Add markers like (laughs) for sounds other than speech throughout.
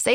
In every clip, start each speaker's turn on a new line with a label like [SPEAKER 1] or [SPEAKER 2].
[SPEAKER 1] Say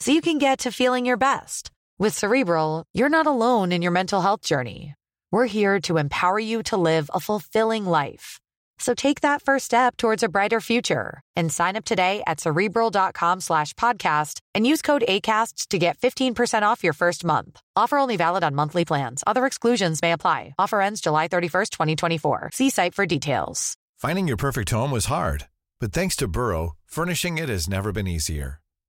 [SPEAKER 1] so you can get to feeling your best. With Cerebral, you're not alone in your mental health journey. We're here to empower you to live a fulfilling life. So take that first step towards a brighter future and sign up today at cerebral.com slash podcast and use code ACAST to get 15% off your first month. Offer only valid on monthly plans. Other exclusions may apply. Offer ends July 31st, 2024. See site for details.
[SPEAKER 2] Finding your perfect home was hard, but thanks to Burrow, furnishing it has never been easier.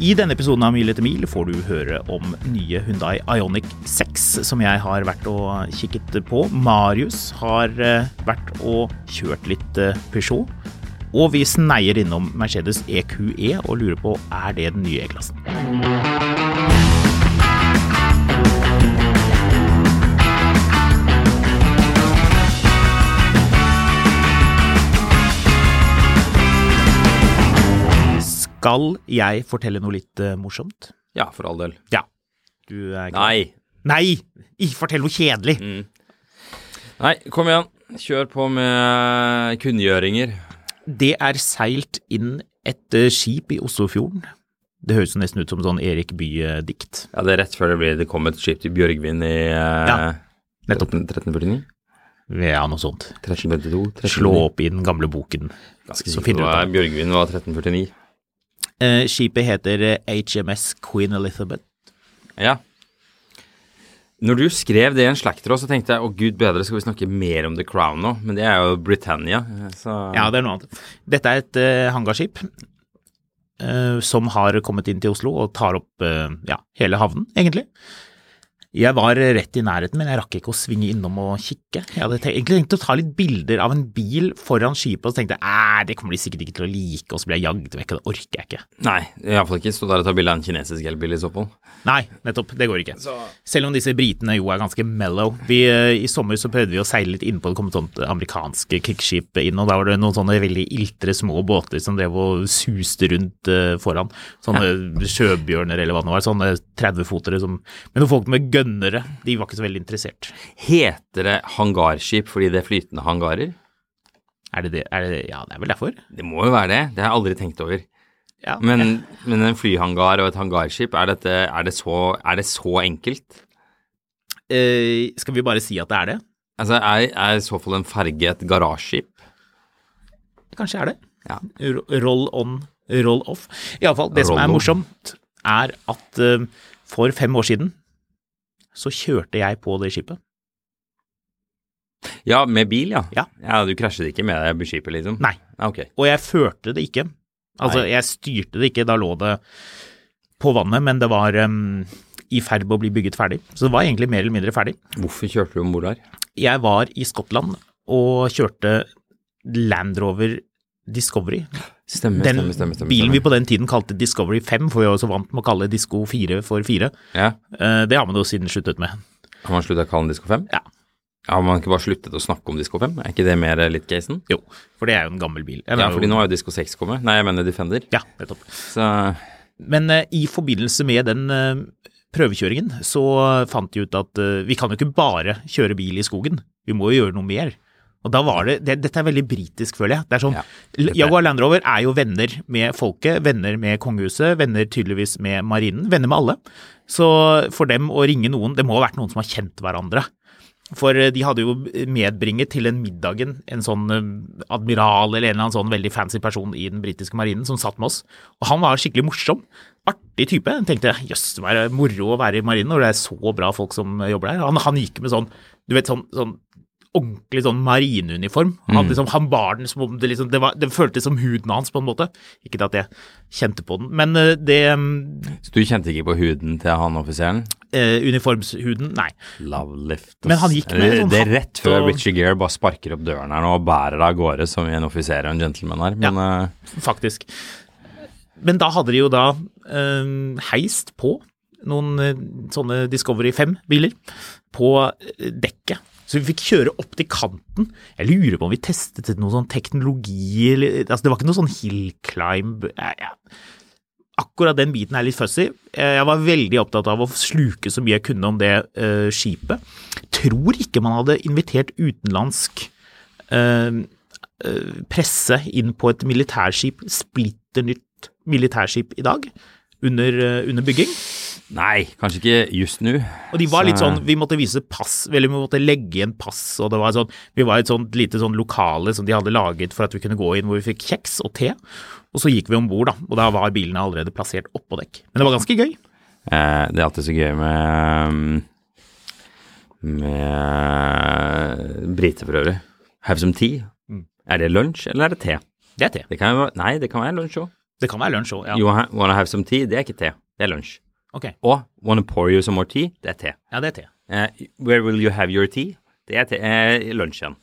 [SPEAKER 3] I denne episoden av Mil etter mil får du høre om nye Hyundai Ioniq 6, som jeg har vært og kikket på. Marius har eh, vært og kjørt litt eh, Peugeot. Og vi sneier innom Mercedes EQE og lurer på er det den nye E-klassen. Skal jeg fortelle noe litt eh, morsomt?
[SPEAKER 4] Ja, for all del.
[SPEAKER 3] Ja. Du er ikke-
[SPEAKER 4] Nei.
[SPEAKER 3] Nei! Ikke fortell noe kjedelig!
[SPEAKER 4] Nei, kom igjen. Kjør på med kunngjøringer.
[SPEAKER 3] Det er seilt inn et eh, skip i Oslofjorden. Det høres jo nesten ut som sånn Erik Bye-dikt.
[SPEAKER 4] Ja, det er rett før det blir det kom et skip til Bjørgvin i eh,
[SPEAKER 3] Ja, nettopp.
[SPEAKER 4] 1349?
[SPEAKER 3] Ja, noe sånt.
[SPEAKER 4] 1352?
[SPEAKER 3] Slå opp i den gamle boken, så finner du ut av det.
[SPEAKER 4] Bjørgvin var 1349.
[SPEAKER 3] Eh, Skipet heter eh, HMS Queen Elizabeth.
[SPEAKER 4] Ja. Når du skrev det i en slakter også, så tenkte jeg å gud bedre, skal vi snakke mer om The Crown nå? Men det er jo Britannia, så
[SPEAKER 3] Ja, det er noe annet. Dette er et eh, hangarskip eh, som har kommet inn til Oslo og tar opp eh, ja, hele havnen, egentlig. Jeg var eh, rett i nærheten, men jeg rakk ikke å svinge innom og kikke. Jeg hadde tenkt, egentlig tenkt å ta litt bilder av en bil foran skipet, og så tenkte jeg "Æ, det kommer de sikkert ikke til å like, og så ble jeg jagd vekk, og det orker jeg ikke.
[SPEAKER 4] Nei, iallfall ikke stå der og ta bilde av en kinesisk elbil i så fall.
[SPEAKER 3] Nei, nettopp. Det går ikke. Selv om disse britene jo er ganske mellow. Vi, eh, I sommer så prøvde vi å seile litt innpå det kom et sånt amerikansk krigsskip inn, og da var det noen sånne veldig iltre små båter som drev og suste rundt eh, foran. Sånne sjøbjørner eller hva det var. Sånne 30-fotere som Men noen folk med gønnere, de var ikke så veldig interessert.
[SPEAKER 4] Heter det hangarskip fordi det er flytende hangarer?
[SPEAKER 3] Er det det? Er det, ja, det er vel derfor?
[SPEAKER 4] Det må jo være det, det har jeg aldri tenkt over.
[SPEAKER 3] Ja.
[SPEAKER 4] Men, men en flyhangar og et hangarskip, er, dette, er, det så, er det så enkelt?
[SPEAKER 3] Eh, skal vi bare si at det er det?
[SPEAKER 4] Altså, er, er i så fall en ferge et garasjeskip?
[SPEAKER 3] Kanskje er det.
[SPEAKER 4] Ja.
[SPEAKER 3] R- Roll on, roll off. Iallfall, det som
[SPEAKER 4] Roll
[SPEAKER 3] er
[SPEAKER 4] on.
[SPEAKER 3] morsomt, er at eh, for fem år siden så kjørte jeg på det skipet.
[SPEAKER 4] Ja, med bil, ja.
[SPEAKER 3] Ja.
[SPEAKER 4] Du krasjet ikke med deg på skipet, liksom?
[SPEAKER 3] Nei,
[SPEAKER 4] Ah, Ok.
[SPEAKER 3] og jeg førte det ikke. Altså,
[SPEAKER 4] Nei.
[SPEAKER 3] jeg styrte det ikke, da lå det på vannet, men det var eh, i ferd med å bli bygget ferdig. Så det var egentlig mer eller mindre ferdig.
[SPEAKER 4] Hvorfor kjørte du om bord der?
[SPEAKER 3] Jeg var i Skottland og kjørte Land Rover Discovery.
[SPEAKER 4] Stemme,
[SPEAKER 3] Den
[SPEAKER 4] stemme, stemme, stemme.
[SPEAKER 3] bilen vi på den tiden kalte Discovery 5, for vi var jo så vant med å kalle Disko 4 for 4.
[SPEAKER 4] Ja,
[SPEAKER 3] Eh, Det har man jo siden sluttet med.
[SPEAKER 4] Har man sluttet å kalle den Disko 5?
[SPEAKER 3] Ja.
[SPEAKER 4] Har man ikke bare sluttet å snakke om Disko 5? Er ikke det mer eh, litt casen?
[SPEAKER 3] Jo, for det er jo en gammel bil. Eller
[SPEAKER 4] Ja,
[SPEAKER 3] jo-
[SPEAKER 4] fordi nå har jo Disko 6 kommet. Nei, jeg mener Defender.
[SPEAKER 3] Ja, nettopp.
[SPEAKER 4] Så
[SPEAKER 3] Men eh, i forbindelse med den eh, prøvekjøringen så fant de ut at eh, vi kan jo ikke bare kjøre bil i skogen, vi må jo gjøre noe mer. Og da var det, det Dette er veldig britisk, føler jeg. Det er sånn,
[SPEAKER 4] Ja,
[SPEAKER 3] L- Jaguar Land Rover er jo venner med folket, venner med kongehuset, venner tydeligvis med marinen, venner med alle. Så for dem å ringe noen Det må ha vært noen som har kjent hverandre. For eh, de hadde jo medbringet til den middagen en sånn eh, admiral eller en eller annen sånn veldig fancy person i den britiske marinen som satt med oss. Og han var skikkelig morsom. Artig eh, type. Jeg tenkte jøss, det var moro å være i marinen når det er så bra folk som jobber der. Han, han gikk med sånn du vet, sånn, sånn ordentlig sånn marineuniform. Han, liksom, han bar den som om det liksom det, var, det føltes som huden hans, på en måte. Ikke at jeg kjente på den, men eh, det eh,
[SPEAKER 4] Så du kjente ikke på huden til han offiseren?
[SPEAKER 3] Uniformshuden, nei.
[SPEAKER 4] Love lift.
[SPEAKER 3] Men han gikk med
[SPEAKER 4] det,
[SPEAKER 3] sånn
[SPEAKER 4] det er
[SPEAKER 3] hatt
[SPEAKER 4] rett før
[SPEAKER 3] og-
[SPEAKER 4] Richie Gere bare sparker opp døren her nå og bærer deg av gårde som en offiser og en gentleman her. Men eh,
[SPEAKER 3] faktisk. Men da hadde de jo da eh, heist på noen eh, sånne Discovery 5-biler på eh, dekket. Så vi fikk kjøre opp til kanten. Jeg lurer på om vi testet ut noe sånn teknologi eller altså Det var ikke noe sånn hill climb jeg, jeg, Akkurat den biten er litt fuzzy. Eh, Jeg var veldig opptatt av å sluke så mye jeg kunne om det eh, skipet. Tror ikke man hadde invitert utenlandsk eh, presse inn på et militærskip, splitter nytt militærskip i dag, under, eh, under bygging.
[SPEAKER 4] nei, kanskje ikke just nå.
[SPEAKER 3] Og de var
[SPEAKER 4] Så-
[SPEAKER 3] litt sånn, vi måtte vise pass, eller vi måtte legge igjen pass, og det var sånn, vi var i et sånt lite sånn lokale som de hadde laget for at vi kunne gå inn, hvor vi fikk kjeks og te, og så gikk vi ombord da, og da var bilene allerede plassert oppå dekk. Men det var ganske gøy.
[SPEAKER 4] Eh, det er alltid så gøy med um, med briter for øvrig. Have some tea.
[SPEAKER 3] Mm.
[SPEAKER 4] Er det lunsj, eller er det te?
[SPEAKER 3] Det er te.
[SPEAKER 4] Det kan jo være, nei, det kan være lunsj òg.
[SPEAKER 3] Det kan være lunsj også, ja.
[SPEAKER 4] You wanna wanna have some tea, det er ikke te, det er lunsj.
[SPEAKER 3] Ok,
[SPEAKER 4] Og wanna pour you some more tea, det er te.
[SPEAKER 3] ja det er te.
[SPEAKER 4] Eh, where will you have your tea? Det er te, eh, lunsj igjen.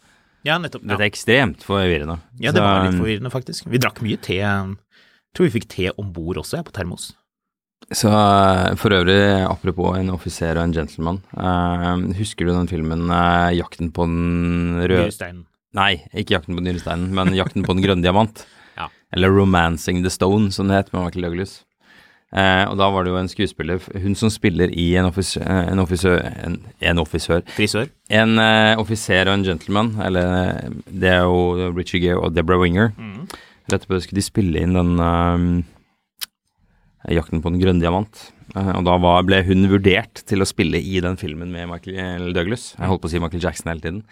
[SPEAKER 3] Ja, nettopp. Ja.
[SPEAKER 4] Dette er ekstremt forvirrende.
[SPEAKER 3] ja, det var
[SPEAKER 4] Så,
[SPEAKER 3] litt forvirrende faktisk. Vi drakk mye te, jeg tror vi fikk te ombord også, ja, på termos.
[SPEAKER 4] Så eh, for øvrig, apropos en offiser og en gentleman, eh, husker du den filmen eh, 'Jakten på den røde
[SPEAKER 3] Myrestein.
[SPEAKER 4] Nei, ikke 'Jakten på nyresteinen', men 'Jakten på den grønne diamant'.
[SPEAKER 3] (laughs) Ja.
[SPEAKER 4] Eller 'Romancing the Stone', som det het med Michael Douglas. Eh, og da var det jo en skuespiller, hun som spiller i en offisør En offisør, en, en, offisør,
[SPEAKER 3] Frisør.
[SPEAKER 4] en eh, offiser og en gentleman, eller eh, det er jo Richie Gere og Deborah Winger. Rett etterpå skulle de spille inn den eh, 'Jakten på den grønne diamant'. Eh, og da var, ble hun vurdert til å spille i den filmen med Michael Douglas. Jeg holdt på å si Michael Jackson hele tiden.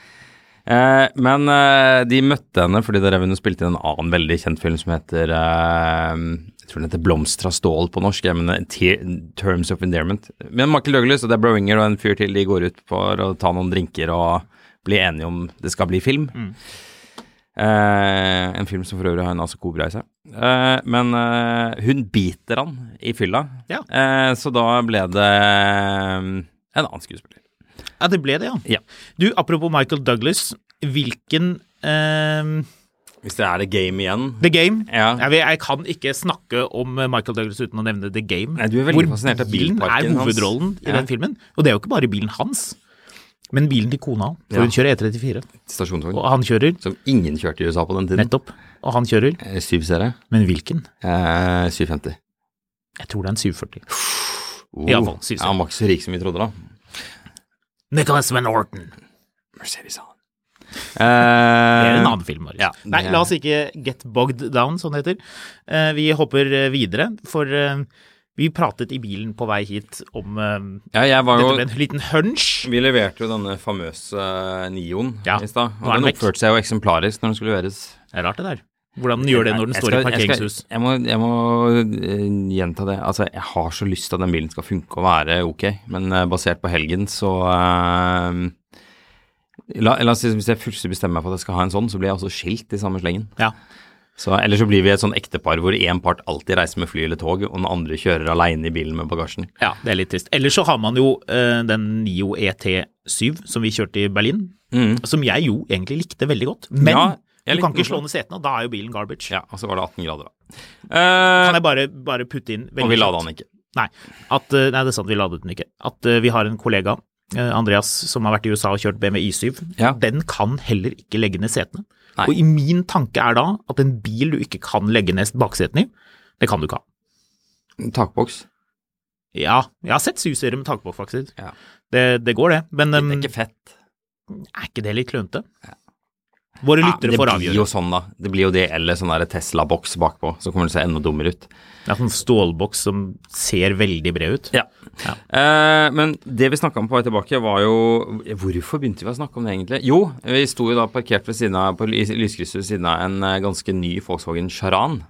[SPEAKER 4] Eh, men eh, de møtte henne fordi der hun spilte i en annen veldig kjent film som heter eh, Jeg tror den heter 'Blomstra stål' på norsk. Jeg mener Te- 'Terms of Endearment'. Men Michael Douglas og Deborah Winger og en fyr til de går ut for å ta noen drinker og bli enige om det skal bli film. Eh, en film som for øvrig har en Asa Kobra i seg. Eh, men eh, hun biter han i fylla,
[SPEAKER 3] Ja.
[SPEAKER 4] eh, så da ble det eh, en annen skuespiller.
[SPEAKER 3] Ja, det ble det, ja.
[SPEAKER 4] Ja.
[SPEAKER 3] Du, apropos Michael Douglas, hvilken eh,
[SPEAKER 4] Hvis det er The Game igjen.
[SPEAKER 3] The Game
[SPEAKER 4] Ja.
[SPEAKER 3] jeg, vet- jeg kan ikke snakke om Michael Douglas uten å nevne The Game.
[SPEAKER 4] Nei, du er veldig
[SPEAKER 3] hvor
[SPEAKER 4] fascinert av
[SPEAKER 3] bilen er
[SPEAKER 4] bilparken hans.
[SPEAKER 3] hovedrollen i
[SPEAKER 4] Ja.
[SPEAKER 3] den filmen. Og det er jo ikke bare bilen hans, men bilen til kona. hans, For
[SPEAKER 4] Ja.
[SPEAKER 3] hun kjører E34,
[SPEAKER 4] Stasjontog.
[SPEAKER 3] og han kjører.
[SPEAKER 4] Som ingen kjørte i USA på den tiden.
[SPEAKER 3] Nettopp. Og han kjører.
[SPEAKER 4] Eh, 7-serie.
[SPEAKER 3] Men hvilken?
[SPEAKER 4] Eh, 750.
[SPEAKER 3] Jeg tror det er en 740.
[SPEAKER 4] Oh.
[SPEAKER 3] I alle fall, 7-serie.
[SPEAKER 4] ja, han var ikke så rik som vi trodde, da.
[SPEAKER 3] Nicholas Van Orton.
[SPEAKER 4] Mercedes, han.
[SPEAKER 3] Det
[SPEAKER 4] Eh,
[SPEAKER 3] er en annen film, Marius.
[SPEAKER 4] ja,
[SPEAKER 3] Nei,
[SPEAKER 4] det-
[SPEAKER 3] la oss ikke get bogged down, sånn det heter. Eh, Vi hopper eh, videre, for eh, vi pratet i bilen på vei hit om eh,
[SPEAKER 4] ja, jeg var
[SPEAKER 3] Dette
[SPEAKER 4] jo
[SPEAKER 3] ble en liten hunch.
[SPEAKER 4] Vi leverte jo denne famøse eh, Nioen
[SPEAKER 3] Ja,
[SPEAKER 4] i stad,
[SPEAKER 3] nå er
[SPEAKER 4] og den
[SPEAKER 3] den vekk.
[SPEAKER 4] oppførte seg jo eksemplarisk når den skulle leveres.
[SPEAKER 3] Det er rart det der. Hvordan den gjør det når den
[SPEAKER 4] Jeg
[SPEAKER 3] står i
[SPEAKER 4] skal- jeg skal-
[SPEAKER 3] parkeringshus.
[SPEAKER 4] Jeg, må, jeg må eh, gjenta det. Altså, jeg har så lyst til at den bilen skal funke og være ok, men eh, basert på helgen, så eh, la, la oss si Hvis jeg plutselig bestemmer meg for at jeg skal ha en sånn, så blir jeg også skilt i samme slengen.
[SPEAKER 3] Ja.
[SPEAKER 4] Så, eller så blir vi et sånn ektepar hvor én part alltid reiser med fly eller tog, og den andre kjører aleine i bilen med bagasjen.
[SPEAKER 3] ja, det er litt trist. Ellers så har man jo eh, den Nio ET7 som vi kjørte i Berlin, som jeg jo egentlig likte veldig godt. Men
[SPEAKER 4] Mm. Ja, jeg
[SPEAKER 3] du kan
[SPEAKER 4] likte den
[SPEAKER 3] ikke slå ned setene, og da er jo bilen garbage.
[SPEAKER 4] Ja, og så var det 18 grader, da.
[SPEAKER 3] Kan
[SPEAKER 4] Eh,
[SPEAKER 3] jeg bare, bare putte inn veldig
[SPEAKER 4] og vi lada
[SPEAKER 3] kjapt?
[SPEAKER 4] den ikke.
[SPEAKER 3] Nei, at, eh, nei, det er sant, vi ladet den ikke. At eh, vi har en kollega, eh, Andreas, som har vært i USA og kjørt BMW Y7.
[SPEAKER 4] Ja.
[SPEAKER 3] Den kan heller ikke legge ned setene.
[SPEAKER 4] Nei.
[SPEAKER 3] Og i min tanke er da at en bil du ikke kan legge ned baksetene i, det kan du ikke ha.
[SPEAKER 4] Takboks.
[SPEAKER 3] Ja, jeg har sett susere med takbok, faktisk.
[SPEAKER 4] Ja.
[SPEAKER 3] Det, det går, det. Men
[SPEAKER 4] Det
[SPEAKER 3] um,
[SPEAKER 4] er ikke fett.
[SPEAKER 3] er ikke det litt klønete? Våre lyttere
[SPEAKER 4] det
[SPEAKER 3] får
[SPEAKER 4] blir jo
[SPEAKER 3] avgjøre.
[SPEAKER 4] sånn, da. Det blir jo det eller sånn der Tesla-boks bakpå, så kommer det seg enda dummere ut.
[SPEAKER 3] Det er en sånn stålboks som ser veldig bred ut.
[SPEAKER 4] Ja. Eh, men det vi snakka om på vei tilbake, var jo Hvorfor begynte vi å snakke om det, egentlig? Jo, vi
[SPEAKER 3] Mm.
[SPEAKER 4] sto jo da parkert ved siden av, på ly- lyskrysset ved siden av en eh, ganske ny Volkswagen Charan.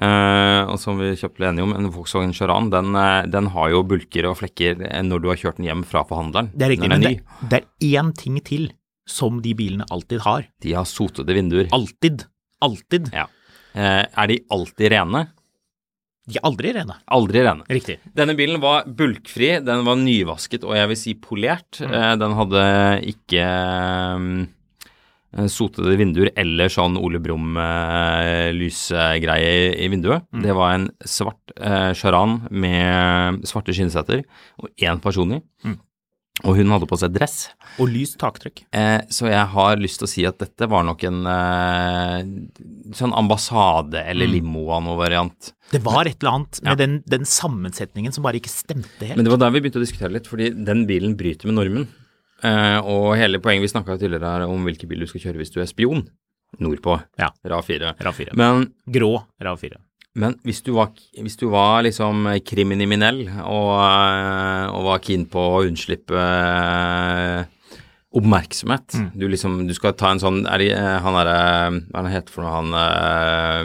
[SPEAKER 4] Eh, og som vi kjøpt ble enige om, en Volkswagen Charan, den, eh, den har jo bulker og flekker eh, når du har kjørt den hjem fra forhandleren.
[SPEAKER 3] Det er riktig,
[SPEAKER 4] Når
[SPEAKER 3] men
[SPEAKER 4] den
[SPEAKER 3] det,
[SPEAKER 4] er ny.
[SPEAKER 3] det er én ting til som de bilene alltid har.
[SPEAKER 4] De har sotede vinduer.
[SPEAKER 3] Alltid. Alltid.
[SPEAKER 4] Ja. Eh, er de alltid rene?
[SPEAKER 3] De er aldri rene.
[SPEAKER 4] Aldri rene.
[SPEAKER 3] Riktig.
[SPEAKER 4] Denne bilen var bulkfri, den var nyvasket og jeg vil si polert. Eh, Den hadde ikke mm, sotede vinduer eller sånn Ole Brumm-lysgreie i vinduet. Det var en svart eh, charan med svarte skinnseter og én person i. Og hun hadde på seg dress.
[SPEAKER 3] Og lyst taktrykk.
[SPEAKER 4] Eh, så jeg har lyst til å si at dette var nok en eh, sånn ambassade- eller limoa-noe-variant.
[SPEAKER 3] Det var et eller annet med
[SPEAKER 4] Ja.
[SPEAKER 3] den, den sammensetningen som bare ikke stemte helt.
[SPEAKER 4] Men det var der vi begynte å diskutere litt, fordi den bilen bryter med normen. Eh, og hele poenget vi snakka tidligere her om hvilken bil du skal kjøre hvis du er spion nordpå.
[SPEAKER 3] Ja.
[SPEAKER 4] RA4.
[SPEAKER 3] RAV 4.
[SPEAKER 4] Men,
[SPEAKER 3] Grå RAV 4.
[SPEAKER 4] men hvis, du var, hvis du var liksom kriminell og, eh, og var keen på å unnslippe eh, oppmerksomhet
[SPEAKER 3] Mm.
[SPEAKER 4] Du liksom, du skal ta en sånn er det, eh, Han derre Hva er det han heter for noe, han eh,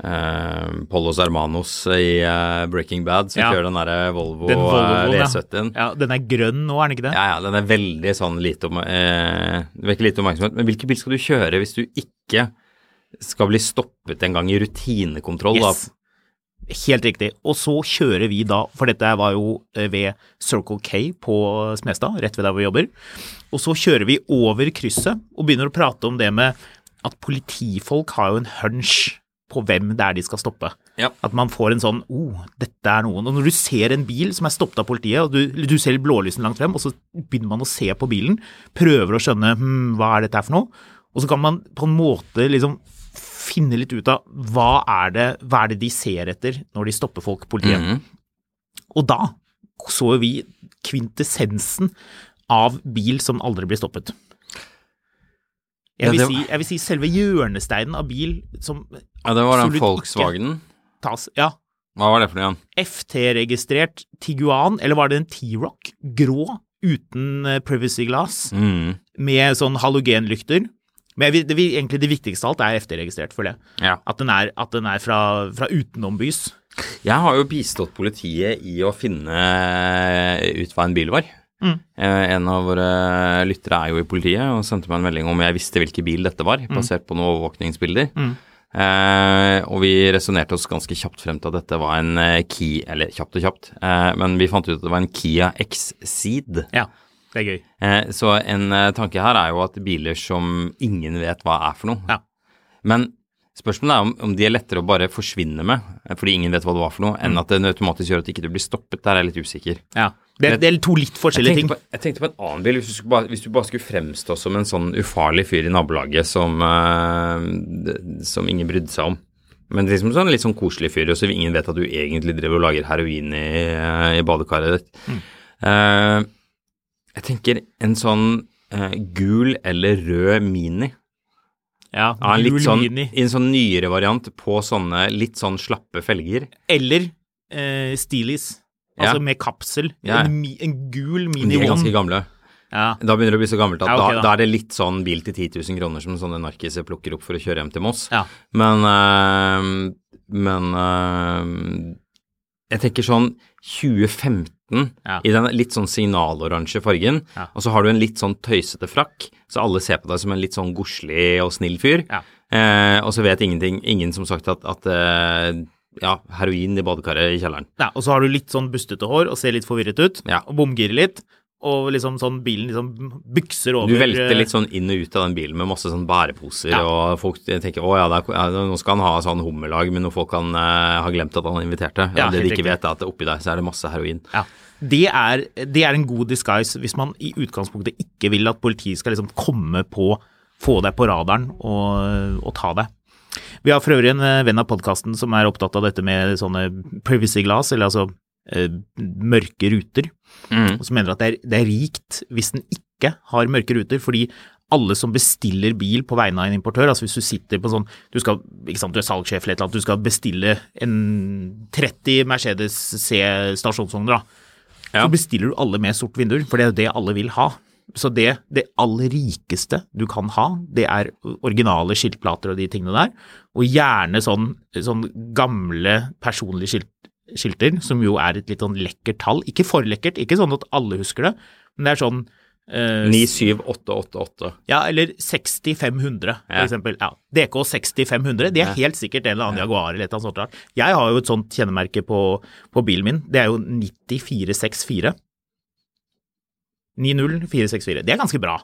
[SPEAKER 4] eh, Pollos Hermanos i eh, Breaking Bad, som
[SPEAKER 3] Ja.
[SPEAKER 4] kjører den derre Volvo,
[SPEAKER 3] Den Volvoen,
[SPEAKER 4] eh,
[SPEAKER 3] ja.
[SPEAKER 4] V70-en.
[SPEAKER 3] ja. Den er grønn nå, er den ikke det?
[SPEAKER 4] Ja, ja, den er veldig sånn lite om, eh, det vekker lite oppmerksomhet. Men hvilken bil skal du kjøre hvis du ikke skal bli stoppet en gang i rutinekontroll?
[SPEAKER 3] Yes. Helt riktig. Og så kjører vi da, for dette var jo eh, ved Circle K på Smestad, rett ved der hvor vi jobber. Og så kjører vi over krysset og begynner å prate om det med at politifolk har jo en hunch på hvem det er de skal stoppe.
[SPEAKER 4] Da? Ja.
[SPEAKER 3] At man får en sånn oh, dette er noen. Og når du ser en bil som er stoppet av politiet, og du, du ser blålysene langt frem, og så begynner man å se på bilen, prøver å skjønne hm, hva er dette her for noe, og så kan man på en måte liksom finne litt ut av hva er det, hva er det de ser etter når de stopper folk, politiet.
[SPEAKER 4] Mhm. Mm.
[SPEAKER 3] Og da så jo vi kvintessensen av bil som aldri blir stoppet. Jeg
[SPEAKER 4] Ja,
[SPEAKER 3] vil,
[SPEAKER 4] det-
[SPEAKER 3] si, jeg vil si selve hjørnesteinen av bil som
[SPEAKER 4] ja, det var
[SPEAKER 3] absolutt ikke
[SPEAKER 4] den Volkswagenen.
[SPEAKER 3] tas Ja,
[SPEAKER 4] Hva var det for noe igjen?
[SPEAKER 3] FT-registrert Tiguan, eller var det en T-Rock? Grå, uten eh, privacy glass,
[SPEAKER 4] Mm.
[SPEAKER 3] med sånn halogenlykter. Men jeg vil, det, vil- egentlig det viktigste av alt er FT-registrert, føler jeg.
[SPEAKER 4] Ja.
[SPEAKER 3] At den er, at den er fra, fra utenombys.
[SPEAKER 4] Jeg har jo bistått politiet i å finne eh, ut hva en bil var.
[SPEAKER 3] Mm.
[SPEAKER 4] Eh, en av våre lyttere er jo i politiet og sendte meg en melding om jeg visste hvilken bil dette var, basert på noen overvåkningsbilder. Eh, og vi resonnerte oss ganske kjapt frem til at dette var en eh, Kia, eller kjapt og kjapt, eh, men vi fant ut at det var en Kia X-Seed.
[SPEAKER 3] Ja, det er gøy.
[SPEAKER 4] Eh, så en eh, tanke her er jo at biler som ingen vet hva er for noe.
[SPEAKER 3] Ja.
[SPEAKER 4] Men spørsmålet er om, om de er lettere å bare forsvinne med, eh, fordi ingen vet hva det var for noe, enn at den automatisk gjør at ikke du blir stoppet. Der er jeg litt usikker.
[SPEAKER 3] Ja. Det, det er to litt
[SPEAKER 4] Jeg
[SPEAKER 3] forskjellige ting.
[SPEAKER 4] tenkte, på, jeg tenkte på en annen bil, hvis du, skulle bare, hvis du bare skulle fremstå som en sånn ufarlig fyr i nabolaget som, eh, d- som ingen brydde seg om. Men liksom sånn litt sånn koselig fyr, og så ingen vet at du egentlig driver og lager heroin i, eh, i badekaret ditt.
[SPEAKER 3] Mm.
[SPEAKER 4] Eh, jeg tenker en sånn eh, gul eller rød Mini.
[SPEAKER 3] Ja,
[SPEAKER 4] Ja, en, litt
[SPEAKER 3] gul
[SPEAKER 4] sånn,
[SPEAKER 3] Mini.
[SPEAKER 4] I en sånn nyere variant på sånne litt sånn slappe felger.
[SPEAKER 3] Eller eh, Steelies.
[SPEAKER 4] Ja.
[SPEAKER 3] Altså med kapsel.
[SPEAKER 4] Ja.
[SPEAKER 3] En, mi, en gul
[SPEAKER 4] De er
[SPEAKER 3] mini-one.
[SPEAKER 4] ganske gamle.
[SPEAKER 3] Ja.
[SPEAKER 4] Da begynner det å bli så gammelt at
[SPEAKER 3] Ja, ok,
[SPEAKER 4] da. Da,
[SPEAKER 3] da.
[SPEAKER 4] er det litt sånn bil til 10 000 kroner som sånne narkiser plukker opp for å kjøre hjem til Moss.
[SPEAKER 3] Ja.
[SPEAKER 4] Men, eh, men eh, jeg tenker sånn 2015
[SPEAKER 3] Ja.
[SPEAKER 4] i den litt sånn signaloransje fargen,
[SPEAKER 3] Ja.
[SPEAKER 4] og så har du en litt sånn tøysete frakk, så alle ser på deg som en litt sånn godslig og snill fyr.
[SPEAKER 3] Ja.
[SPEAKER 4] Eh, og så vet ingenting, ingen som sagt at, at eh, ja, heroin i badekaret i kjelleren.
[SPEAKER 3] Ja, og så har du litt sånn bustete hår og ser litt forvirret ut,
[SPEAKER 4] Ja.
[SPEAKER 3] og bomgirer litt, og liksom sånn bilen liksom bykser over
[SPEAKER 4] Du velter
[SPEAKER 3] eh,
[SPEAKER 4] litt sånn inn og ut av den bilen med masse sånn bæreposer,
[SPEAKER 3] Ja.
[SPEAKER 4] og folk tenker å ja, det er, ja, nå skal han ha sånn hummerlag, men noen folk kan eh, ha glemt at han inviterte. Ja,
[SPEAKER 3] Ja,
[SPEAKER 4] det de
[SPEAKER 3] helt
[SPEAKER 4] ikke
[SPEAKER 3] riktig.
[SPEAKER 4] vet, er at oppi der så er det masse heroin.
[SPEAKER 3] eh, ja. det, er, det er en god disguise hvis man i utgangspunktet ikke vil at politiet skal liksom komme på, få deg på radaren og, og ta deg. Vi har for øvrig en eh, venn av podkasten som er opptatt av dette med sånne privacy glass, eller altså eh, mørke ruter. og som mener at det er, det er rikt hvis den ikke har mørke ruter, fordi alle som bestiller bil på vegne av en importør, altså hvis du sitter på sånn, du skal, ikke sant, du er salgssjef eller et eller annet, du skal bestille en 30 Mercedes C stasjonsvogner da,
[SPEAKER 4] Ja.
[SPEAKER 3] så bestiller du alle med sort vinduer, for det er jo det alle vil ha. Så det, det aller rikeste du kan ha, det er originale skiltplater og de tingene der, og gjerne sånn, sånn gamle personlige skilt, skilter, som jo er et litt sånn lekkert tall. Ikke for lekkert, ikke sånn at alle husker det, men det er sånn eh,
[SPEAKER 4] 97888.
[SPEAKER 3] ja, eller 6500, for
[SPEAKER 4] Ja.
[SPEAKER 3] eksempel. Ja. DK 6500, det er helt sikkert en eller annen Jaguar eller et eller annet sånt. rart. Jeg har jo et sånt kjennemerke på, på bilen min, det er jo 90464. 90464. Det er ganske bra.